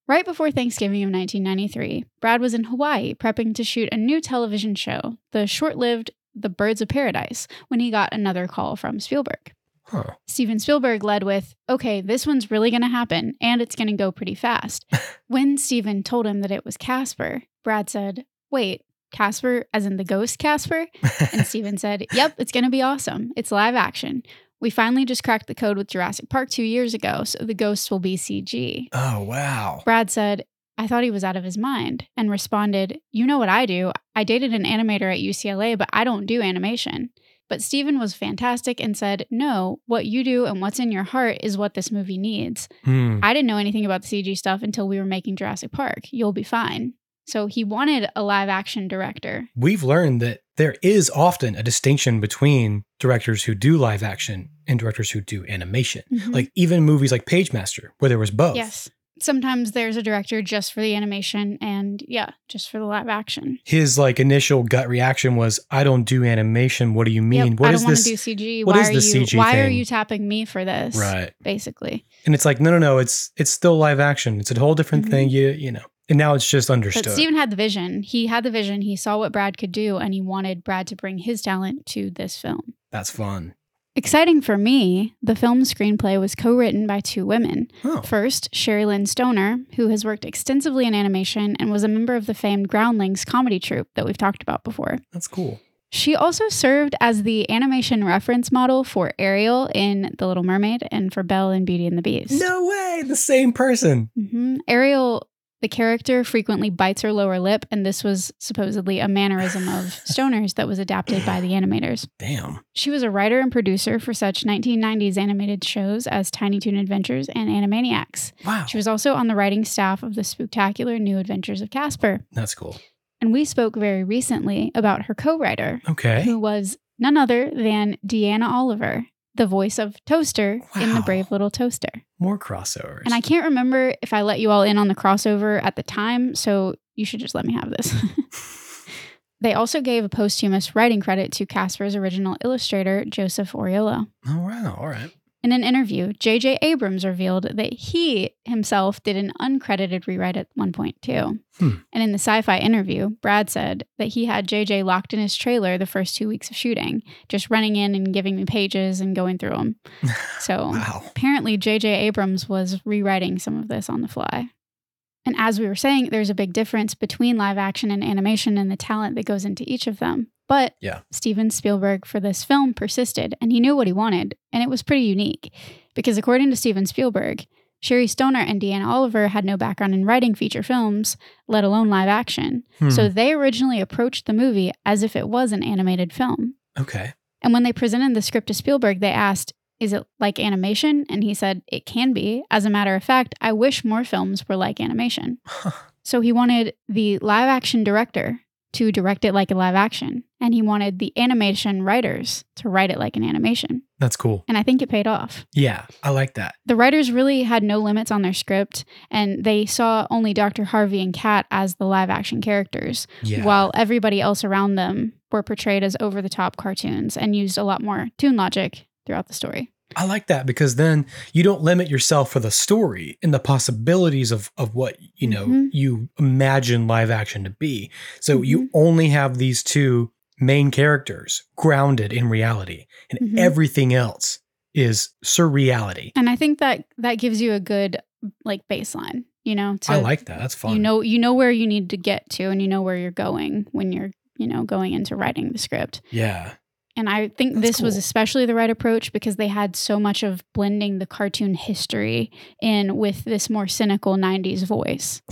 Right before Thanksgiving of 1993, Brad was in Hawaii prepping to shoot a new television show, the short lived The Birds of Paradise, when he got another call from Spielberg.
Huh.
Steven Spielberg led with, okay, this one's really going to happen and it's going to go pretty fast. when Steven told him that it was Casper, Brad said, wait, Casper, as in the ghost Casper? And Steven said, Yep, it's going to be awesome. It's live action. We finally just cracked the code with Jurassic Park two years ago, so the ghosts will be CG.
oh, wow.
Brad said, I thought he was out of his mind and responded, You know what I do? I dated an animator at UCLA, but I don't do animation. But Steven was fantastic and said, No, what you do and what's in your heart is what this movie needs.
Hmm.
I didn't know anything about the CG stuff until we were making Jurassic Park. You'll be fine. So he wanted a live action director
We've learned that there is often a distinction between directors who do live action and directors who do animation.
Mhm.
Like even movies like Pagemaster, where there was both.
Yes. Sometimes there's a director just for the animation and yeah, just for the live action.
His like initial gut reaction was, "I don't do animation. What do you mean?
Yep,
What
I
is
don't want to
this?"
do CG.
what
why
is
are
this
you
CG
why are
thing?
you tapping me for this?
right.
Basically.
And it's like, no, no, no. It's it's still live action. It's a whole different
Mhm.
thing. You you know. And now it's just
But
understood.
Steven had the vision. He had the vision. He saw what Brad could do, and he wanted Brad to bring his talent to this film.
That's fun.
Exciting for me, the film's screenplay was co written by two women.
Oh,
First, Sherry Lynn Stoner, who has worked extensively in animation and was a member of the famed Groundlings comedy troupe that we've talked about before.
that's cool.
She also served as the animation reference model for Ariel in The Little Mermaid and for Belle in Beauty and the Beast.
No way. The same person.
hmm Ariel, the character, frequently bites her lower lip, and this was supposedly a mannerism of Stoner's that was adapted by the animators.
Damn.
She was a writer and producer for such 1990s animated shows as Tiny Toon Adventures and Animaniacs.
Wow.
She was also on the writing staff of the spectacular New Adventures of Casper.
That's cool.
And we spoke very recently about her co writer,
Okay.
who was none other than Deanna Oliver, the voice of Toaster in The
Wow.
Brave Little Toaster.
More crossovers.
And I can't remember if I let you all in on the crossover at the time, so you should just let me have this. they also gave a posthumous writing credit to Casper's original illustrator, Joseph Oriolo.
Oh, wow. All right.
In an interview, J.J. Abrams revealed that he himself did an uncredited rewrite at one point, too.
Hmm.
And in the sci fi interview, Brad said that he had J.J. locked in his trailer the first two weeks of shooting, just running in and giving me pages and going through them. So
Wow.
apparently J.J. Abrams was rewriting some of this on the fly. And as we were saying, there's a big difference between live action and animation and the talent that goes into each of them. But
Yeah.
Steven Spielberg for this film persisted and he knew what he wanted, and it was pretty unique because according to Steven Spielberg, Sherry Stoner and Deanna Oliver had no background in writing feature films, let alone live action.
Hmm.
So they originally approached the movie as if it was an animated film.
okay.
And when they presented the script to Spielberg, they asked, Is it like animation? And he said, It can be. As a matter of fact, I wish more films were like animation. So he wanted the live action director to direct it like a live action, and he wanted the animation writers to write it like an animation.
That's cool.
And I think it paid off.
Yeah. I like that.
The writers really had no limits on their script, and they saw only Dr. Harvey and Kat as the live action characters
Yeah.
while everybody else around them were portrayed as over the top cartoons and used a lot more toon logic throughout the story.
I like that because then you don't limit yourself for the story and the possibilities of of what you know
Mhm.
you imagine live action to be. So you only have these two main characters grounded in reality, and
Mhm.
everything else is surreality.
And I think that that gives you a good like baseline, you know, to
I like that. That's fun.
you know you know where you need to get to and you know where you're going when you're, you know, going into writing the script.
yeah,
And I think
That's
this was
cool.
especially the right approach because they had so much of blending the cartoon history in with this more cynical 90s voice.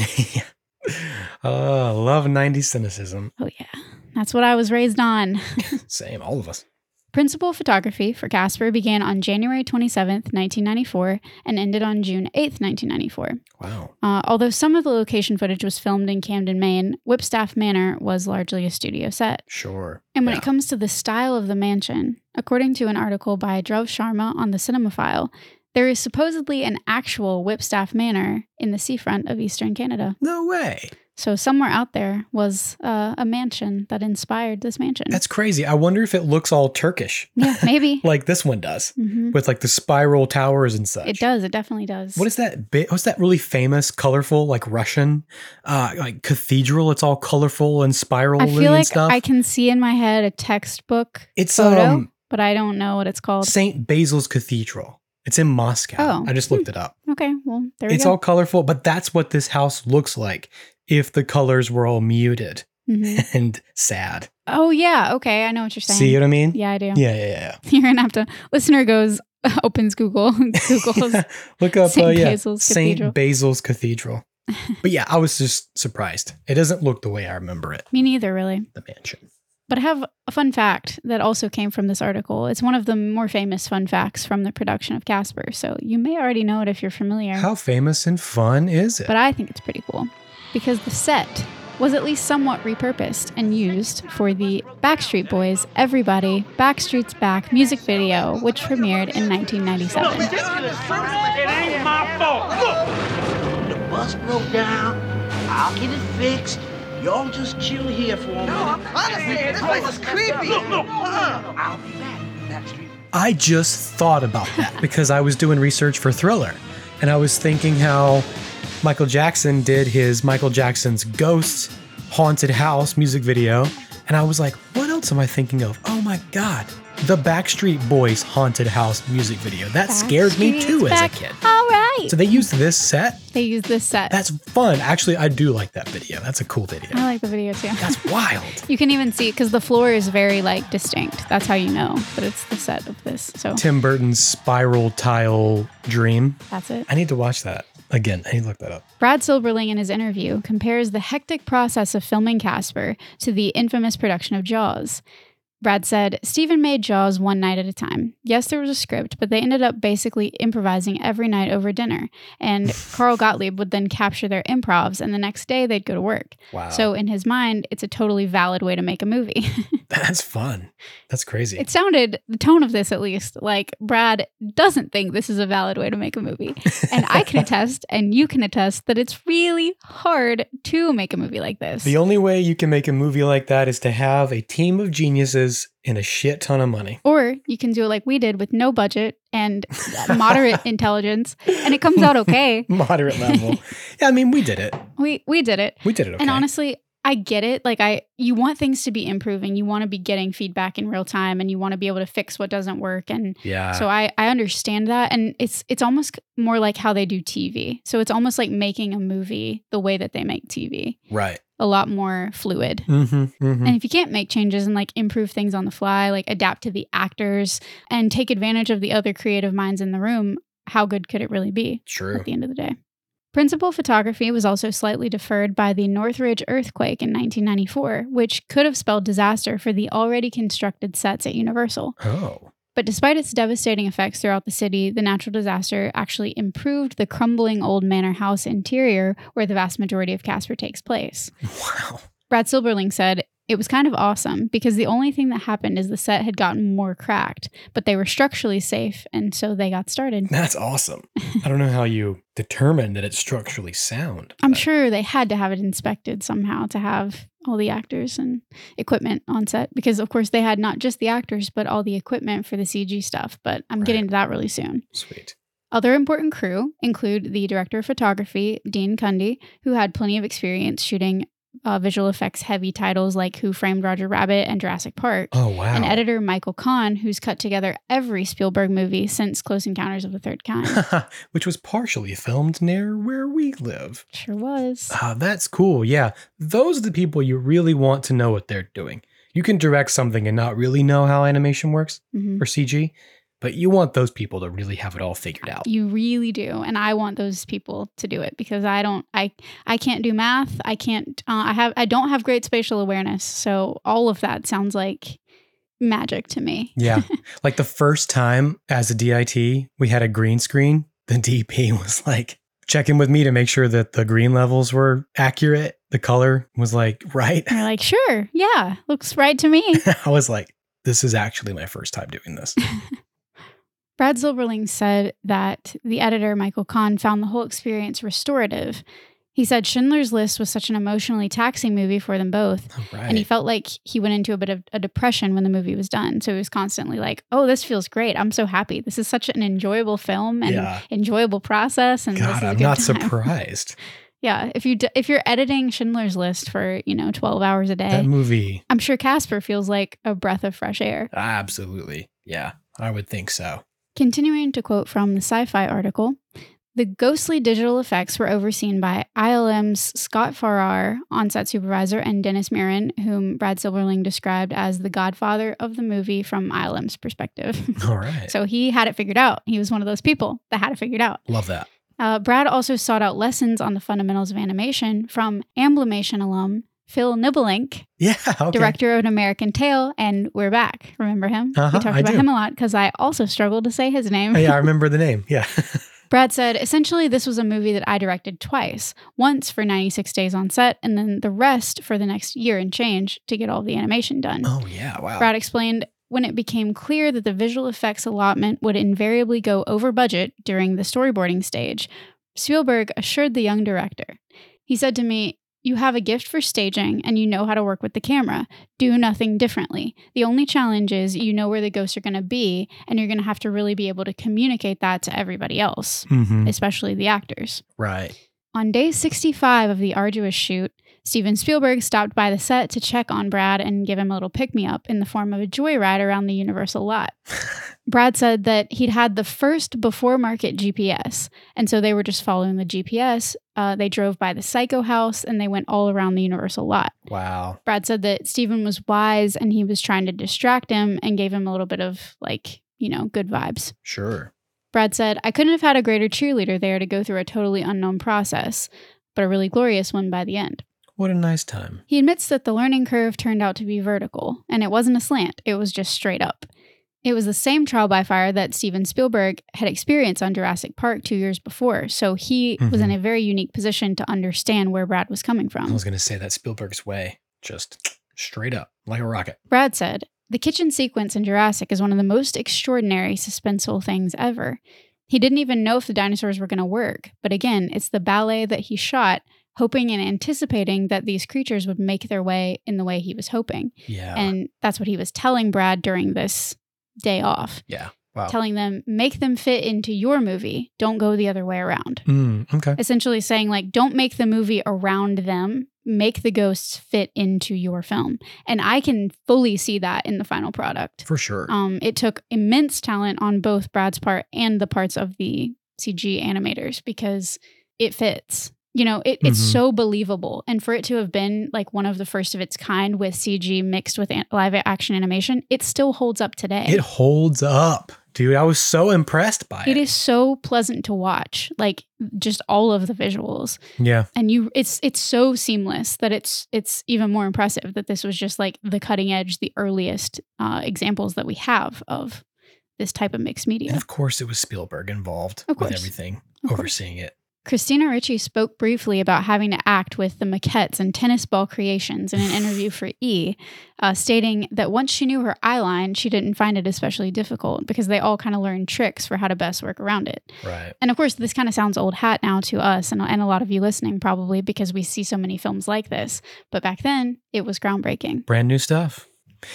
uh, love '90s cynicism.
Oh yeah. That's what I was raised on.
Same, all of us.
Principal photography for Casper began on January 27th, 1994, and ended on June 8th, 1994.
Wow.
Uh, although some of the location footage was filmed in Camden, Maine, Whipstaff Manor was largely a studio set.
Sure.
And when
Yeah.
it comes to the style of the mansion, according to an article by Dhruv Sharma on the Cinemaphile, there is supposedly an actual Whipstaff Manor in the seafront of eastern Canada.
no way.
So somewhere out there was uh, a mansion that inspired this mansion.
That's crazy. I wonder if it looks all Turkish
yeah, maybe.
like this one does,
Mhm.
with like the spiral towers and such.
It does. It definitely does.
What is that bit? What's that really famous, colorful, like Russian, uh, like cathedral? It's all colorful and spiral
I feel
and
like
stuff.
I can see in my head a textbook
it's
photo,
um
but I don't know what it's called.
Saint Basil's Cathedral. It's in Moscow.
Oh.
I just looked it up.
Okay, well there we
It's
go.
all colorful, but that's what this house looks like if the colors were all muted
Mhm.
and sad.
Oh yeah, okay, I know what you're saying.
See what I mean?
yeah, I do.
yeah, yeah. yeah.
You're gonna have to. Listener goes opens Google, Google's.
Look up
Saint
uh, yeah,
Basil's
Saint
Cathedral.
Basil's Cathedral. but yeah, I was just surprised. It doesn't look the way I remember it.
Me neither, really.
The mansion.
But I have a fun fact that also came from this article. It's one of the more famous fun facts from the production of Casper, so you may already know it if you're familiar.
How famous and fun is it?
but I think it's pretty cool because the set was at least somewhat repurposed and used for the Backstreet Boys Everybody Backstreet's Back music video, which premiered in 1997.
It ain't my fault.
The bus broke down. I'll get it fixed. Y'all just chill here for a minute.
Honestly, this place is creepy. Look, look.
I'll be back. Backstreet.
I just thought about that because I was doing research for Thriller and I was thinking how Michael Jackson did his Michael Jackson's Ghosts Haunted House music video. And I was like, what else am I thinking of? Oh my God. The Backstreet Boys Haunted House music video. That scared me too
Backstreet's back.
as a kid.
All right.
So they used this set.
they use this set.
That's fun. Actually, I do like that video. That's a cool video.
I like the video too.
That's wild.
You can even see because the floor is very like distinct. That's how you know that it's the set of this. So
Tim Burton's spiral tile dream.
that's it.
I need to watch that again. I need to look that up.
Brad Silberling, in his interview, compares the hectic process of filming Casper to the infamous production of Jaws. Brad said, Steven made Jaws one night at a time. Yes, there was a script, but they ended up basically improvising every night over dinner. And Carl Gottlieb would then capture their improvs, and the next day they'd go to work.
Wow.
So, in his mind, it's a totally valid way to make a movie.
that's fun. That's crazy.
it sounded, the tone of this at least, like Brad doesn't think this is a valid way to make a movie. And I can attest, and you can attest, that it's really hard to make a movie like this.
The only way you can make a movie like that is to have a team of geniuses and a shit ton of money.
or you can do it like we did with no budget and moderate intelligence, and it comes out okay.
Moderate level. yeah, I mean, we did it.
We we did it.
We did it okay.
And honestly, I get it. Like I you want things to be improving. You want to be getting feedback in real time and you want to be able to fix what doesn't work and
yeah.
so I, I understand that and it's it's almost more like how they do tv so it's almost like making a movie the way that they make tv
right.
a lot more fluid
Mm-hmm, mm-hmm.
and if you can't make changes and like improve things on the fly like adapt to the actors and take advantage of the other creative minds in the room how good could it really be
True.
at the end of the day. Principal photography was also slightly deferred by the Northridge earthquake in 1994, which could have spelled disaster for the already constructed sets at Universal.
Oh.
But despite its devastating effects throughout the city, the natural disaster actually improved the crumbling old manor house interior where the vast majority of Casper takes place.
Wow.
Brad Silberling said, it was kind of awesome because the only thing that happened is the set had gotten more cracked, but they were structurally safe, and so they got started.
That's awesome. I don't know how you determine that it's structurally sound.
I'm
but-
sure they had to have it inspected somehow to have all the actors and equipment on set because, of course, they had not just the actors but all the equipment for the CG stuff. But I'm getting
Right.
to that really soon.
Sweet.
Other important crew include the director of photography, Dean Cundy, who had plenty of experience shooting uh, visual effects heavy titles like Who Framed Roger Rabbit and Jurassic Park.
Oh, wow.
And editor Michael Kahn, who's cut together every Spielberg movie since Close Encounters of the Third Kind.
Which was partially filmed near where we live.
sure was.
Ah, that's cool. Yeah. Those are the people you really want to know what they're doing. You can direct something and not really know how animation works
Mhm.
or CG, but you want those people to really have it all figured out.
You really do, and I want those people to do it because I don't. I I can't do math. I can't. Uh, I have. I don't have great spatial awareness. So all of that sounds like magic to me.
Yeah. like the first time as a DIT, we had a green screen. The DP was like checking with me to make sure that the green levels were accurate. The color was like right.
And you're like, sure, yeah, looks right to me.
I was like, this is actually my first time doing this.
Brad Silberling said that the editor Michael Kahn found the whole experience restorative. He said Schindler's List was such an emotionally taxing movie for them both
All right.
And he felt like he went into a bit of a depression when the movie was done. So he was constantly like, oh, this feels great. I'm so happy. This is such an enjoyable film and
Yeah.
enjoyable process. And this
God,
is a
I'm
good
not
time.
surprised.
Yeah. If you d- if you're editing Schindler's List for, you know, 12 hours a day,
That movie.
I'm sure Casper feels like a breath of fresh air.
Absolutely. Yeah. I would think so.
Continuing to quote from the sci fi article, the ghostly digital effects were overseen by ILM's Scott Farrar, on set supervisor, and Dennis Mirren, whom Brad Silberling described as the godfather of the movie from ILM's perspective.
All right.
so he had it figured out. He was one of those people that had it figured out.
Love that.
Uh, Brad also sought out lessons on the fundamentals of animation from Amblimation alum Phil Nibelink,
Yeah. Okay.
director of An American Tale, and We're Back. Remember him?
Uh-huh,
we talked
I
about
do.
him a lot because I also struggled to say his name.
Oh, yeah, I remember the name. Yeah.
Brad said, essentially, this was a movie that I directed twice once for 96 days on set, and then the rest for the next year and change to get all the animation done.
Oh, yeah. Wow.
Brad explained, when it became clear that the visual effects allotment would invariably go over budget during the storyboarding stage, Spielberg assured the young director. He said to me, You have a gift for staging and you know how to work with the camera. Do nothing differently. The only challenge is you know where the ghosts are going to be, and you're going to have to really be able to communicate that to everybody else
Mhm.
especially the actors.
Right.
On day 65 of the arduous shoot, Steven Spielberg stopped by the set to check on Brad and give him a little pick me up in the form of a joyride around the Universal lot. Brad said that he'd had the first before market GPS, and so they were just following the GPS. Uh, they drove by the Psycho House and they went all around the Universal lot.
Wow.
Brad said that Steven was wise and he was trying to distract him and gave him a little bit of, like, you know, good vibes.
Sure.
Brad said, I couldn't have had a greater cheerleader there to go through a totally unknown process, but a really glorious one by the end.
What a nice time.
He admits that the learning curve turned out to be vertical, and it wasn't a slant, it was just straight up. It was the same trial by fire that Steven Spielberg had experienced on Jurassic Park two years before, so he was in
Mhm.
a very unique position to understand where Brad was coming
I
from.
was going to say that Spielberg's way, just straight up like a rocket.
Brad said, The kitchen sequence in Jurassic is one of the most extraordinary suspenseful things ever. He didn't even know if the dinosaurs were going to work, but again, it's the ballet that he shot, hoping and anticipating that these creatures would make their way in the way he was hoping.
Yeah.
And that's what he was telling Brad during this day off,
yeah. Wow.
telling them, make them fit into your movie, don't go the other way around.
mm, okay.
Essentially saying, like, don't make the movie around them, make the ghosts fit into your film. And I can fully see that in the final product.
For sure.
Um, it took immense talent on both Brad's part and the parts of the CG animators because it fits. You know, it, it's
Mhm.
so believable. And for it to have been like one of the first of its kind with CG mixed with an- live action animation, it still holds up today.
it holds up, dude. I was so impressed by it.
it is so pleasant to watch, like just all of the visuals.
Yeah.
and you it's it's so seamless that it's it's even more impressive that this was just like the cutting edge the earliest uh, examples that we have of this type of mixed media
And of course, it was Spielberg involved
Of
with
course.
everything,
Of course.
overseeing it.
christina ritchie spoke briefly about having to act with the maquettes and tennis ball creations in an interview for e uh, stating that once she knew her eye line she didn't find it especially difficult because they all kind of learned tricks for how to best work around it
Right.
And of course, this kind of sounds old hat now to us and, and a lot of you listening probably because we see so many films like this. But back then, it was groundbreaking.
Brand new stuff.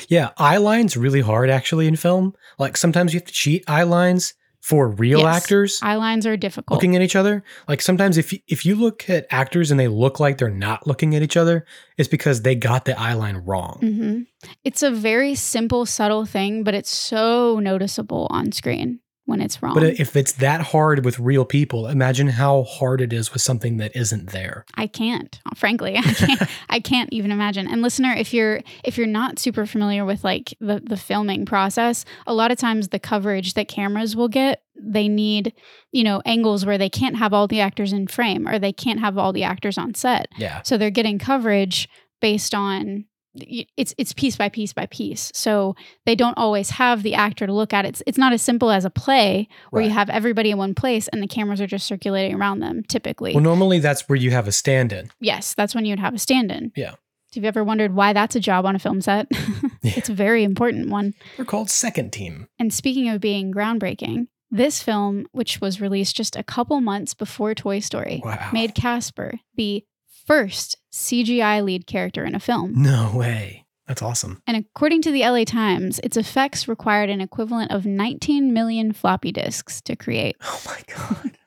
Yeah. Eye lines really hard actually in film. Like sometimes you have to cheat eye lines for real
Yes.
actors.
Eye lines are difficult.
looking at each other. Like sometimes if you, if you look at actors and they look like they're not looking at each other, it's because they got the eye line wrong.
hmm It's a very simple, subtle thing, but it's so noticeable on screen when it's wrong.
But if it's that hard with real people, imagine how hard it is with something that isn't there.
I can't, frankly, I can't. I can't even imagine. And listener, if you're if you're not super familiar with like the the filming process, a lot of times the coverage that cameras will get, they need you know angles where they can't have all the actors in frame or they can't have all the actors on set.
Yeah.
So they're getting coverage based on it's it's piece by piece by piece. So they don't always have the actor to look at. It's it's not as simple as a play where you
Right.
have everybody in one place and the cameras are just circulating around them typically.
Well, normally that's where you have a stand in.
Yes, that's when you'd have a stand in.
Yeah.
Have you ever wondered why that's a job on a film set? It's a very important one.
They're called second team.
And speaking of being groundbreaking, this film, which was released just a couple months before Toy Story,
Wow.
made Casper the first CGI lead character in a film.
no way. That's awesome.
And according to the LA Times, its effects required an equivalent of 19 million floppy disks to create.
Oh my god.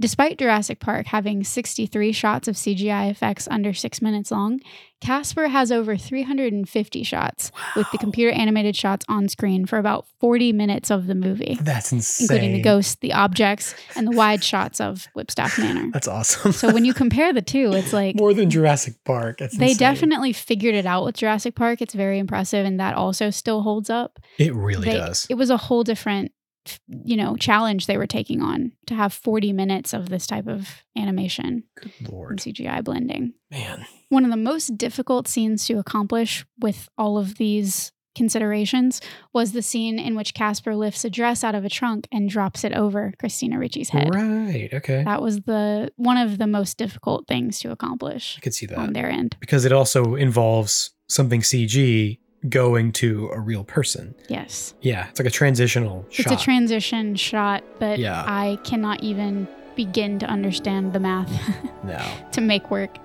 Despite Jurassic Park having 63 shots of CGI effects under six minutes long, Casper has over 350 shots, with the computer animated shots on screen for about 40 minutes of the movie,
That's insane.
including the ghosts, the objects, and the wide shots of Whipstaff Manor.
That's awesome.
So when you compare the two, it's like
more than Jurassic Park. That's
they
insane.
definitely figured it out with Jurassic Park. It's very impressive, and that also still holds up.
It really
They-
does.
It was a whole different, you know, challenge they were taking on to have 40 minutes of this type of animation
Good
and
lord.
CGI blending.
Man.
One of the most difficult scenes to accomplish with all of these considerations was the scene in which Casper lifts a dress out of a trunk and drops it over Christina Ricci's head.
Right. Okay.
That was the one of the most difficult things to accomplish
I could see that.
on their end.
because it also involves something CG going to a real person.
Yes.
Yeah, it's like a transitional shot.
It's a transition shot that
Yeah.
I cannot even begin to understand the math.
no.
to make work.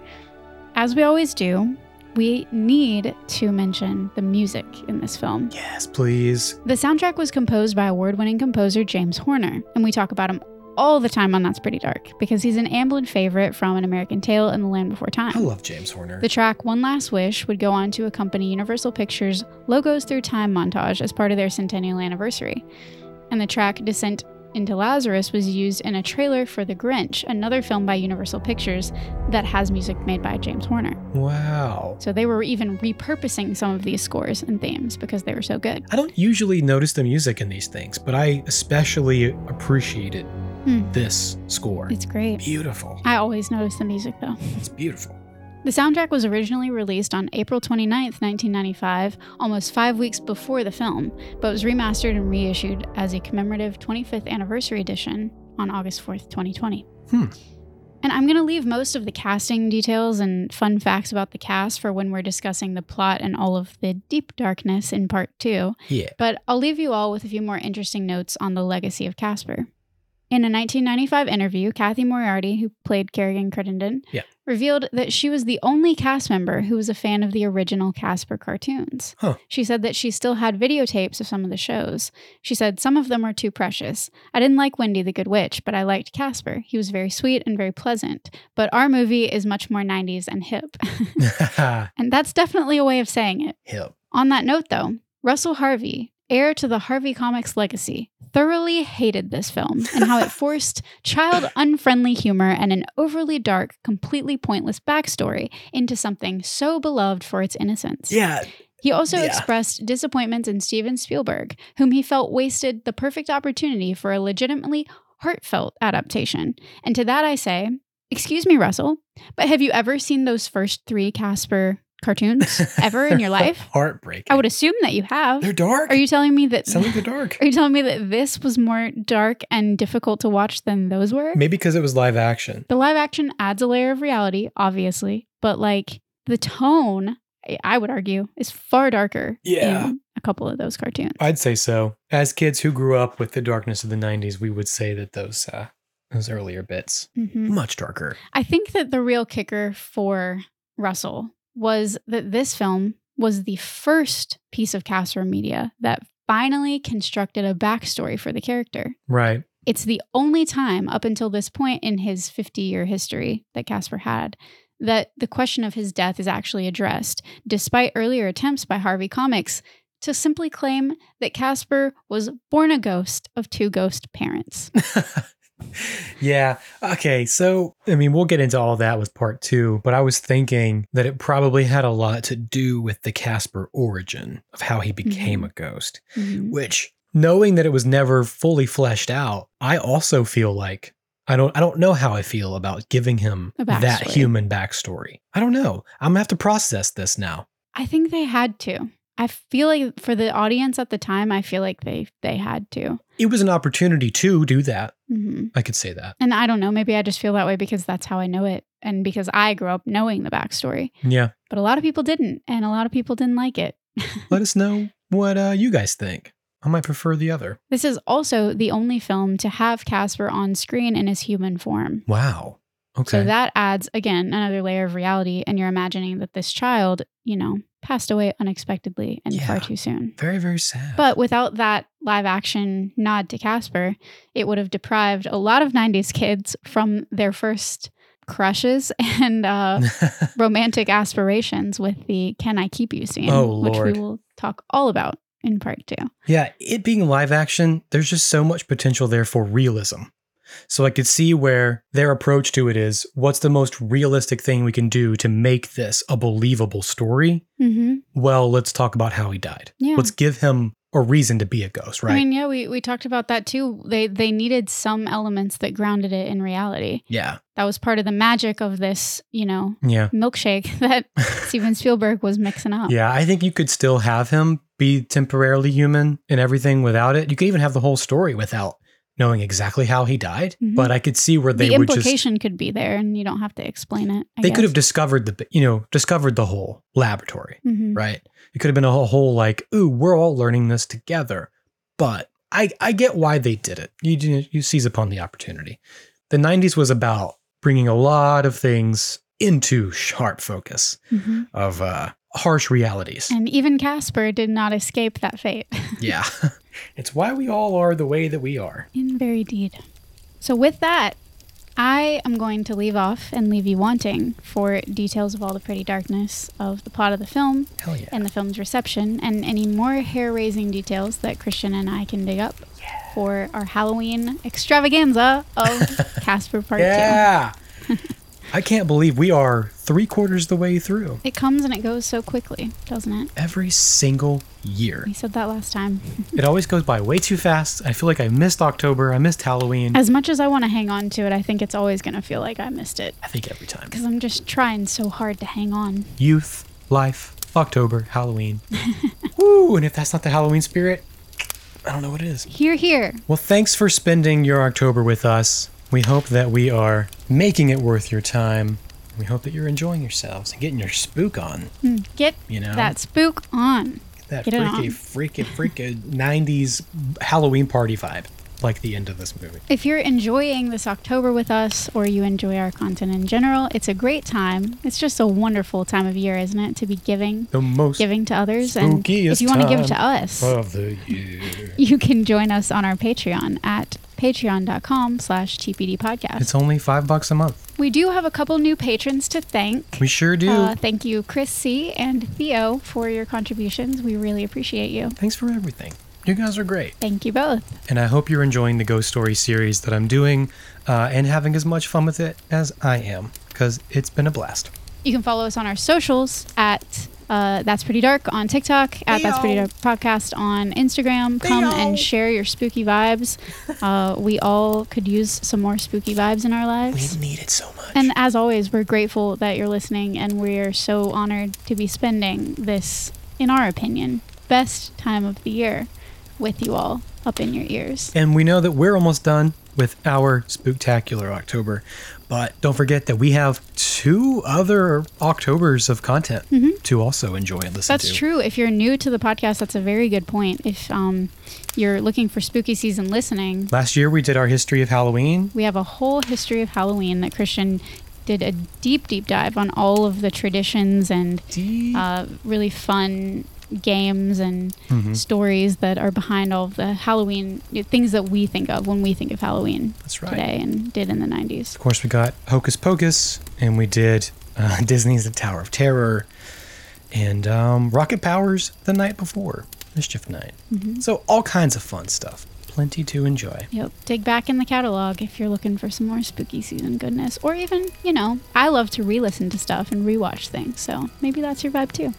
As we always do, we need to mention the music in this film.
Yes, please.
The soundtrack was composed by award winning composer James Horner, and we talk about him all the time on That's Pretty Dark because he's an Amblin favorite from An American Tale and The Land Before Time.
I love James Horner.
The track One Last Wish would go on to accompany Universal Pictures' Logos Through Time montage as part of their centennial anniversary. And the track Descent into Lazarus was used in a trailer for The Grinch, another film by Universal Pictures that has music made by James Horner.
Wow.
So they were even repurposing some of these scores and themes because they were so good.
I don't usually notice the music in these things, but I especially appreciated
Hmm.
this score.
It's great.
beautiful.
I always notice the music though.
It's beautiful.
The soundtrack was originally released on April 29, 1995, almost five weeks before the film, but was remastered and reissued as a commemorative 25th anniversary edition on August 4th, 2020.
Hmm.
And I'm going to leave most of the casting details and fun facts about the cast for when we're discussing the plot and all of the deep darkness in part two.
Yeah.
But I'll leave you all with a few more interesting notes on the legacy of Casper. In a 1995 interview, Kathy Moriarty, who played Kerrigan Crittenden,
Yeah.
revealed that she was the only cast member who was a fan of the original Casper cartoons.
Huh.
She said that she still had videotapes of some of the shows. She said, Some of them are too precious. I didn't like Wendy the Good Witch, but I liked Casper. He was very sweet and very pleasant. But our movie is much more 90s and hip. and that's definitely a way of saying it.
Hip.
On that note, though, Russell Harvey, heir to the Harvey Comics legacy, thoroughly hated this film and how it forced child unfriendly humor and an overly dark, completely pointless backstory into something so beloved for its innocence.
Yeah.
He also
Yeah.
expressed disappointments in Steven Spielberg, whom he felt wasted the perfect opportunity for a legitimately heartfelt adaptation. And to that I say, excuse me, Russell, but have you ever seen those first three Casper cartoons ever in your life?
Heartbreaking.
I would assume that you have.
They're dark.
Are you telling me that?
Sound like they're dark.
Are you telling me that this was more dark and difficult to watch than those were?
Maybe because it was live action.
The live action adds a layer of reality, obviously, but like the tone, I- I would argue, is far darker.
Yeah. Uh,
in a couple of those cartoons.
I'd say so. As kids who grew up with the darkness of the 90s, we would say that those uh, those earlier bits
Mhm.
much darker.
I think that the real kicker for Russell was that this film was the first piece of Casper media that finally constructed a backstory for the character.
Right.
It's the only time up until this point in his 50 year history that Casper had that the question of his death is actually addressed, despite earlier attempts by Harvey Comics to simply claim that Casper was born a ghost of two ghost parents.
yeah. Okay. So, I mean, we'll get into all that with part two, but I was thinking that it probably had a lot to do with the Casper origin of how he became
Mm-hmm.
a ghost,
Mhm.
which knowing that it was never fully fleshed out, I also feel like I don't I don't know how I feel about giving him
A
that
backstory.
human backstory. I don't know. I'm going to have to process this now.
I think they had to. I feel like for the audience at the time, I feel like they they had to.
It was an opportunity to do that.
hmm
I could say that.
And I don't know, maybe I just feel that way because that's how I know it and because I grew up knowing the backstory.
Yeah.
But a lot of people didn't, and a lot of people didn't like it.
Let us know what uh, you guys think. I might prefer the other.
This is also the only film to have Casper on screen in his human form.
Wow. Okay.
So that adds, again, another layer of reality. And you're imagining that this child, you know, passed away unexpectedly and
Yeah.
far too soon.
Very, very sad.
But without that live action nod to Casper, it would have deprived a lot of 90s kids from their first crushes and uh, romantic aspirations with the Can I Keep You scene,
Oh,
which we
Lord.
will talk all about in part two.
yeah, it being live action, there's just so much potential there for realism. So I could see where their approach to it is what's the most realistic thing we can do to make this a believable story?
Mm-hmm.
Well, let's talk about how he died.
Yeah.
Let's give him a reason to be a ghost, right?
I mean, yeah, we, we talked about that too. They they needed some elements that grounded it in reality.
yeah.
That was part of the magic of this, you know,
Yeah.
milkshake that Steven Spielberg was mixing up.
Yeah, I think you could still have him be temporarily human and everything without it. You could even have the whole story without knowing exactly how he died.
Mhm.
But I could see where they
the
would just
implication could be there, and you don't have to explain it. I
they
guess.
could have discovered the you know discovered the whole laboratory
Mhm.
right it could have been a whole, whole like ooh we're all learning this together but i i get why they did it you do- you seize upon the opportunity the 90s was about bringing a lot of things into sharp focus
Mhm.
of uh harsh realities
And even Casper did not escape that fate.
yeah it's why we all are the way that we are
In very deed. So, with that, I am going to leave off and leave you wanting for details of all the pretty darkness of the plot of the film
Hell yeah.
and the film's reception and any more hair raising details that Christian and I can dig up for our Halloween extravaganza of Casper Part 2.
Yeah. I can't believe we are three quarters the way through
It comes and it goes so quickly, doesn't it?
every single year.
We said that last time.
It always goes by way too fast. I feel like I missed October. I missed Halloween.
As much as I want to hang on to it, I think it's always going to feel like I missed it
I think every time.
because I'm just trying so hard to hang on.
Youth, life, October, Halloween. Woo! And if that's not the Halloween spirit, I don't know what is.
Here, here.
Well, thanks for spending your October with us. We hope that we are making it worth your time. We hope that you're enjoying yourselves and getting your spook on.
Get
You know?
that spook on.
That
Get it
freaky,
on.
freaky, freaky 90s Halloween party vibe, like the end of this movie.
If you're enjoying this October with us or you enjoy our content in general, it's a great time. It's just a wonderful time of year, isn't it? To be giving,
The most
giving to others. And if
Spookiest
you want to give it to
time
us,
of the year.
you can join us on our Patreon at patreon.com slash TPD podcast.
It's only five bucks a month.
We do have a couple new patrons to thank.
We sure do.
Uh, thank you, Chris C. and Theo, for your contributions. We really appreciate you.
Thanks for everything. You guys are great.
Thank you both.
And I hope you're enjoying the ghost story series that I'm doing uh, and having as much fun with it as I am because it's been a blast.
You can follow us on our socials at uh, That's Pretty Dark on TikTok, at That's Pretty Dark Podcast on Instagram. Come and share your spooky vibes. Uh, we all could use some more spooky vibes in our lives.
need it so much.
And as always, we're grateful that you're listening, and we're so honored to be spending this, in our opinion, best time of the year with you all up in your ears.
And we know that we're almost done with our spooktacular October. But don't forget that we have two other Octobers of content to also enjoy and listen
Mm-hmm. That's
to.
true. If you're new to the podcast, that's a very good point. If um, you're looking for spooky season listening,
Last year we did our history of Halloween.
we have a whole history of Halloween that Christian did a deep, deep dive on all of the traditions and uh, really fun games and
Mm-hmm.
stories that are behind all of the Halloween things that we think of when we think of Halloween
That's right.
today and did in the 90s.
Of course, we got Hocus Pocus, and we did uh, Disney's The Tower of Terror, and um, Rocket Powers the night before, Mischief Night.
Mm-hmm.
So, all kinds of fun stuff. Plenty to enjoy.
Yep. Dig back in the catalog if you're looking for some more spooky season goodness. Or even, you know, I love to re listen to stuff and rewatch things. So maybe that's your vibe too.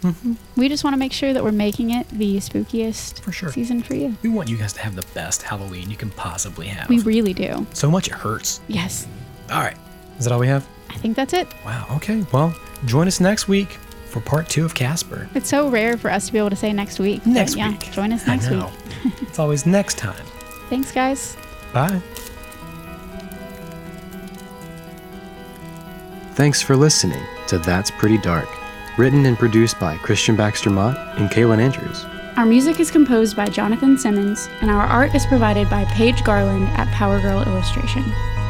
We just want to make sure that we're making it the spookiest
Mm-hmm. For sure.
season for you.
We want you guys to have the best Halloween you can possibly have.
We really do.
so much it hurts.
Yes.
All right. Is that all we have?
I think that's it.
Wow. Okay. Well, join us next week for part two of Casper.
It's so rare for us to be able to say next week. but
Next
yeah,
week.
Join us
I
next week.
know. it's always next time.
Thanks, guys.
Bye. Thanks for listening
to That's Pretty Dark, written and produced by Christian Baxter Mott and Kaylin Andrews.
Our music is composed by Jonathan Simmons, and our art is provided by Paige Garland at Power Girl Illustration.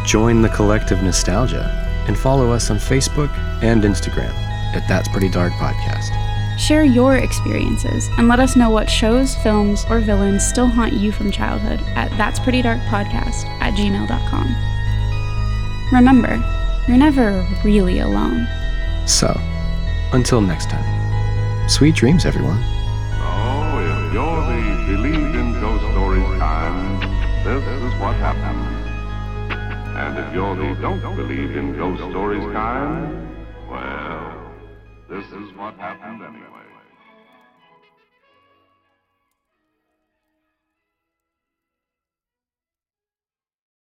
Join the collective nostalgia and follow us on Facebook and Instagram at That's Pretty Dark Podcast.
Share your experiences and let us know what shows, films, or villains still haunt you from childhood at That's Pretty Dark Podcast at gmail.com. Remember, you're never really alone.
So, until next time, sweet dreams, everyone.
Oh, if you're the believe in ghost stories kind, this is what happened. And if you're the don't believe in ghost stories kind, well, this is what happened anyway.